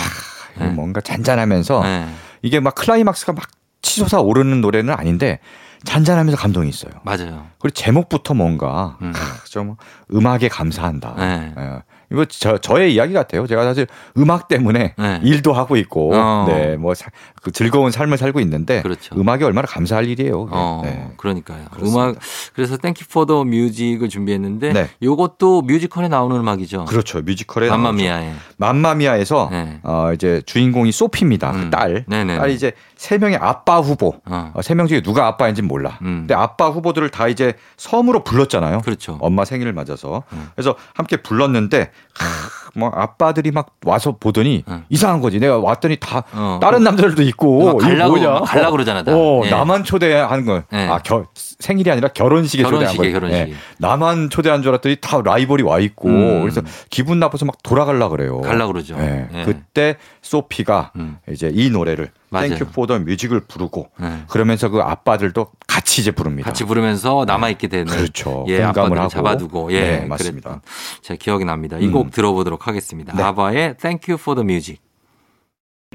Speaker 5: 이거 뭔가 잔잔하면서
Speaker 1: 네.
Speaker 5: 이게 막 클라이막스가 막 치솟아 오르는 노래는 아닌데 잔잔하면서 감동이 있어요.
Speaker 1: 맞아요.
Speaker 5: 그리고 제목부터 뭔가
Speaker 1: 음.
Speaker 5: 아, 좀 음악에 감사한다.
Speaker 1: 네.
Speaker 5: 예. 이거 저, 저의 이야기 같아요. 제가 사실 음악 때문에
Speaker 1: 네.
Speaker 5: 일도 하고 있고,
Speaker 1: 어.
Speaker 5: 네, 뭐 사- 그 즐거운 삶을 살고 있는데
Speaker 1: 그렇죠.
Speaker 5: 음악이 얼마나 감사할 일이에요. 그게.
Speaker 1: 어,
Speaker 5: 네.
Speaker 1: 그러니까요.
Speaker 5: 그렇습니다.
Speaker 1: 음악 그래서 땡큐 포더 뮤직을 준비했는데
Speaker 5: 네.
Speaker 1: 요것도 뮤지컬에 나오는 음악이죠.
Speaker 5: 그렇죠. 뮤지컬에
Speaker 1: 맘마미아의
Speaker 5: 맘마미아에서
Speaker 1: 네.
Speaker 5: 어, 이제 주인공이 소피입니다.
Speaker 1: 음.
Speaker 5: 그 딸.
Speaker 1: 네네네.
Speaker 5: 딸이 이제 세 명의 아빠 후보.
Speaker 1: 어.
Speaker 5: 세 명 중에 누가 아빠인지는 몰라.
Speaker 1: 음.
Speaker 5: 근데 아빠 후보들을 다 이제 섬으로 불렀잖아요.
Speaker 1: 그렇죠.
Speaker 5: 엄마 생일을 맞아서.
Speaker 1: 음.
Speaker 5: 그래서 함께 불렀는데 크, 뭐 아빠들이 막 와서 보더니
Speaker 1: 음.
Speaker 5: 이상한 거지. 내가 왔더니 다
Speaker 1: 어.
Speaker 5: 다른 남자들도 있고
Speaker 1: 막
Speaker 5: 이게
Speaker 1: 갈라고-
Speaker 5: 뭐냐?
Speaker 1: 막 갈라고 그러잖아, 다.
Speaker 5: 어,
Speaker 1: 예.
Speaker 5: 나만 초대한 거.
Speaker 1: 예.
Speaker 5: 아, 겨- 생일이 아니라 결혼식에 초대한 예. 거.
Speaker 1: 결혼식에,
Speaker 5: 네.
Speaker 1: 결혼식에.
Speaker 5: 나만 초대한 줄 알았더니 다 라이벌이 와 있고
Speaker 1: 음.
Speaker 5: 그래서 기분 나빠서 막 돌아가려 그래요.
Speaker 1: 갈라고 그러죠.
Speaker 5: 예.
Speaker 1: 예.
Speaker 5: 그때 소피가
Speaker 1: 음.
Speaker 5: 이제 이 노래를
Speaker 1: 맞아요.
Speaker 5: 땡큐 포더 뮤직을 부르고
Speaker 1: 네.
Speaker 5: 그러면서 그 아빠들도 같이 이제 부릅니다.
Speaker 1: 같이 부르면서 남아 있게 되는
Speaker 5: 그렇죠.
Speaker 1: 예,
Speaker 5: 공감을
Speaker 1: 아빠들을
Speaker 5: 하고.
Speaker 1: 잡아두고 예,
Speaker 5: 네,
Speaker 1: 그랬던
Speaker 5: 맞습니다.
Speaker 1: 제 기억이 납니다. 이 곡
Speaker 5: 음.
Speaker 1: 들어보도록 하겠습니다.
Speaker 5: 네.
Speaker 1: 아바의 Thank You for the Music.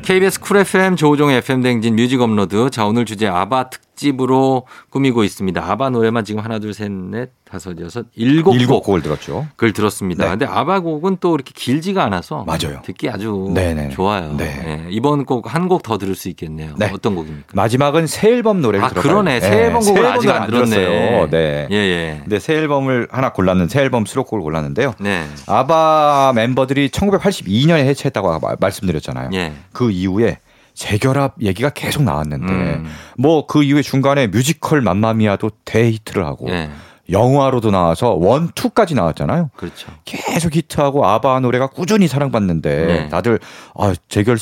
Speaker 1: KBS 쿨 FM 조우종 FM 댕진 뮤직 업로드. 자 오늘 주제 아바 특. 특집으로 꾸미고 있습니다. 아바 노래만 지금 하나 둘 셋 넷 다섯 여섯 일곱
Speaker 5: 일곱
Speaker 1: 곡을
Speaker 5: 곡을 들었죠.
Speaker 1: 들었습니다.
Speaker 5: 네.
Speaker 1: 근데 아바 곡은 또 이렇게 길지가 않아서
Speaker 5: 맞아요.
Speaker 1: 듣기 아주
Speaker 5: 네네.
Speaker 1: 좋아요.
Speaker 5: 네.
Speaker 1: 예, 이번 곡 한 곡 더 들을 수 있겠네요.
Speaker 5: 네.
Speaker 1: 어떤 곡입니까?
Speaker 5: 마지막은 새 앨범 노래를 예.
Speaker 1: 아,
Speaker 5: 들어요
Speaker 1: 그러네. 새 앨범 곡을 아직 안 들었네.
Speaker 5: 네.
Speaker 1: 예 예.
Speaker 5: 근데 새 앨범을 하나 골랐는 새 앨범 수록곡을 골랐는데요.
Speaker 1: 네.
Speaker 5: 아바 멤버들이 1982년에 해체했다고 아까 말씀드렸잖아요.
Speaker 1: 예.
Speaker 5: 그 이후에 재결합 얘기가 계속 나왔는데
Speaker 1: 음.
Speaker 5: 뭐 그 이후에 중간에 뮤지컬 맘마미아도 대히트를 하고
Speaker 1: 예.
Speaker 5: 영화로도 나와서 원 투까지 나왔잖아요.
Speaker 1: 그렇죠.
Speaker 5: 계속 히트하고 아바 노래가 꾸준히 사랑받는데
Speaker 1: 네.
Speaker 5: 다들 아,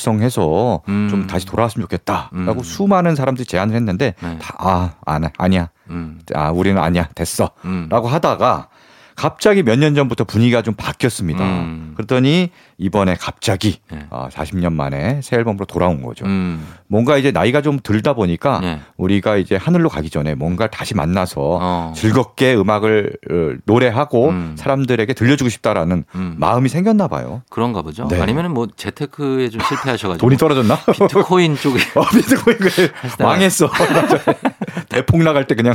Speaker 5: 재결성해서
Speaker 1: 음.
Speaker 5: 좀 다시 돌아왔으면 좋겠다라고
Speaker 1: 음.
Speaker 5: 수많은 사람들이 제안을 했는데
Speaker 1: 네.
Speaker 5: 다 아, 안, 아니야.
Speaker 1: 음.
Speaker 5: 아, 우리는 아니야. 됐어.
Speaker 1: 음.
Speaker 5: 라고 하다가 갑자기 몇 년 전부터 분위기가 좀 바뀌었습니다.
Speaker 1: 음.
Speaker 5: 그랬더니 이번에 갑자기
Speaker 1: 네.
Speaker 5: 아, 40년 만에 새 앨범으로 돌아온 거죠. 아,
Speaker 1: 음.
Speaker 5: 뭔가 이제 나이가 좀 들다 보니까
Speaker 1: 네.
Speaker 5: 우리가 이제 하늘로 가기 전에 뭔가 다시 만나서
Speaker 1: 어.
Speaker 5: 즐겁게 음악을 어, 노래하고
Speaker 1: 음.
Speaker 5: 사람들에게 들려주고 싶다라는
Speaker 1: 음.
Speaker 5: 마음이 생겼나 봐요.
Speaker 1: 그런가 보죠.
Speaker 5: 네.
Speaker 1: 아니면 뭐 재테크에 좀 실패하셔가지고
Speaker 5: 돈이 떨어졌나?
Speaker 1: 비트코인 쪽에
Speaker 5: 어, 비트코인 그래. 망했어. 대폭 나갈 때 그냥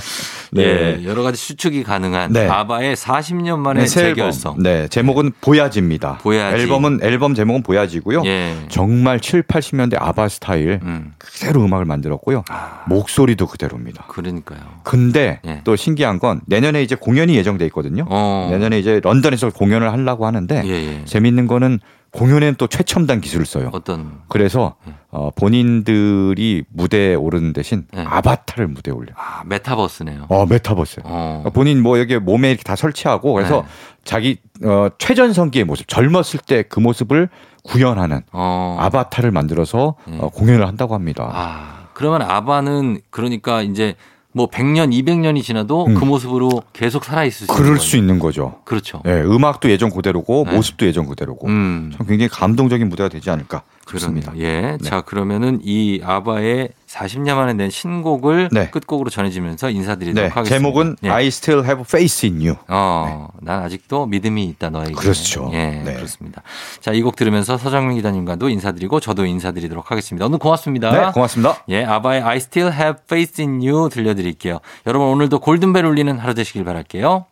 Speaker 5: 네.
Speaker 1: 예, 여러 가지 수축이 가능한
Speaker 5: 네.
Speaker 1: 아바의 40년 만의
Speaker 5: 네, 새 앨범.
Speaker 1: 재결성.
Speaker 5: 네, 제목은 보야지입니다.
Speaker 1: 보야지.
Speaker 5: 앨범은 앨범 제목은 보야지고요.
Speaker 1: 예.
Speaker 5: 정말 7, 80년대 아바 스타일
Speaker 1: 음.
Speaker 5: 그대로 음악을 만들었고요. 목소리도 그대로입니다.
Speaker 1: 그러니까요.
Speaker 5: 근데
Speaker 1: 예.
Speaker 5: 또 신기한 건 내년에 이제 공연이 예정돼 있거든요.
Speaker 1: 어.
Speaker 5: 내년에 이제 런던에서 공연을 하려고 하는데
Speaker 1: 예, 예.
Speaker 5: 재밌는 거는 공연에는 또 최첨단 기술을 써요.
Speaker 1: 어떤 예.
Speaker 5: 그래서 어, 본인들이 무대에 오르는 대신
Speaker 1: 네.
Speaker 5: 아바타를 무대에 올려.
Speaker 1: 아, 메타버스네요.
Speaker 5: 어 메타버스.
Speaker 1: 어.
Speaker 5: 본인 뭐 여기 몸에 이렇게 다 설치하고 그래서
Speaker 1: 네.
Speaker 5: 자기 어, 최전성기의 모습, 젊었을 때 그 모습을 구현하는
Speaker 1: 어.
Speaker 5: 아바타를 만들어서
Speaker 1: 네.
Speaker 5: 어, 공연을 한다고 합니다.
Speaker 1: 아, 그러면 아바는 그러니까 이제 뭐 100년, 200년이 지나도
Speaker 5: 음.
Speaker 1: 그 모습으로 계속 살아 있을 수 있는
Speaker 5: 그럴
Speaker 1: 거예요.
Speaker 5: 수 있는 거죠.
Speaker 1: 그렇죠.
Speaker 5: 예, 음악도 예전 그대로고
Speaker 1: 네.
Speaker 5: 모습도 예전 그대로고
Speaker 1: 음.
Speaker 5: 참 굉장히 감동적인 무대가 되지 않을까 싶습니다.
Speaker 1: 그렇네요. 예. 자, 그러면은 이 아바의 40년 만에 낸 신곡을
Speaker 5: 네.
Speaker 1: 끝곡으로 전해지면서 인사드리도록
Speaker 5: 네,
Speaker 1: 하겠습니다.
Speaker 5: 제목은
Speaker 1: 예.
Speaker 5: I Still Have Faith in You.
Speaker 1: 어, 난 아직도 믿음이 있다 너에게.
Speaker 5: 그렇죠.
Speaker 1: 예,
Speaker 5: 네.
Speaker 1: 그렇습니다. 자, 이 곡 들으면서 서정민 기자님과도 인사드리고 저도 인사드리도록 하겠습니다. 오늘 고맙습니다.
Speaker 5: 네, 고맙습니다.
Speaker 1: 예, 아바의 I Still Have Faith in You 들려드릴게요. 여러분 오늘도 골든벨 울리는 하루 되시길 바랄게요.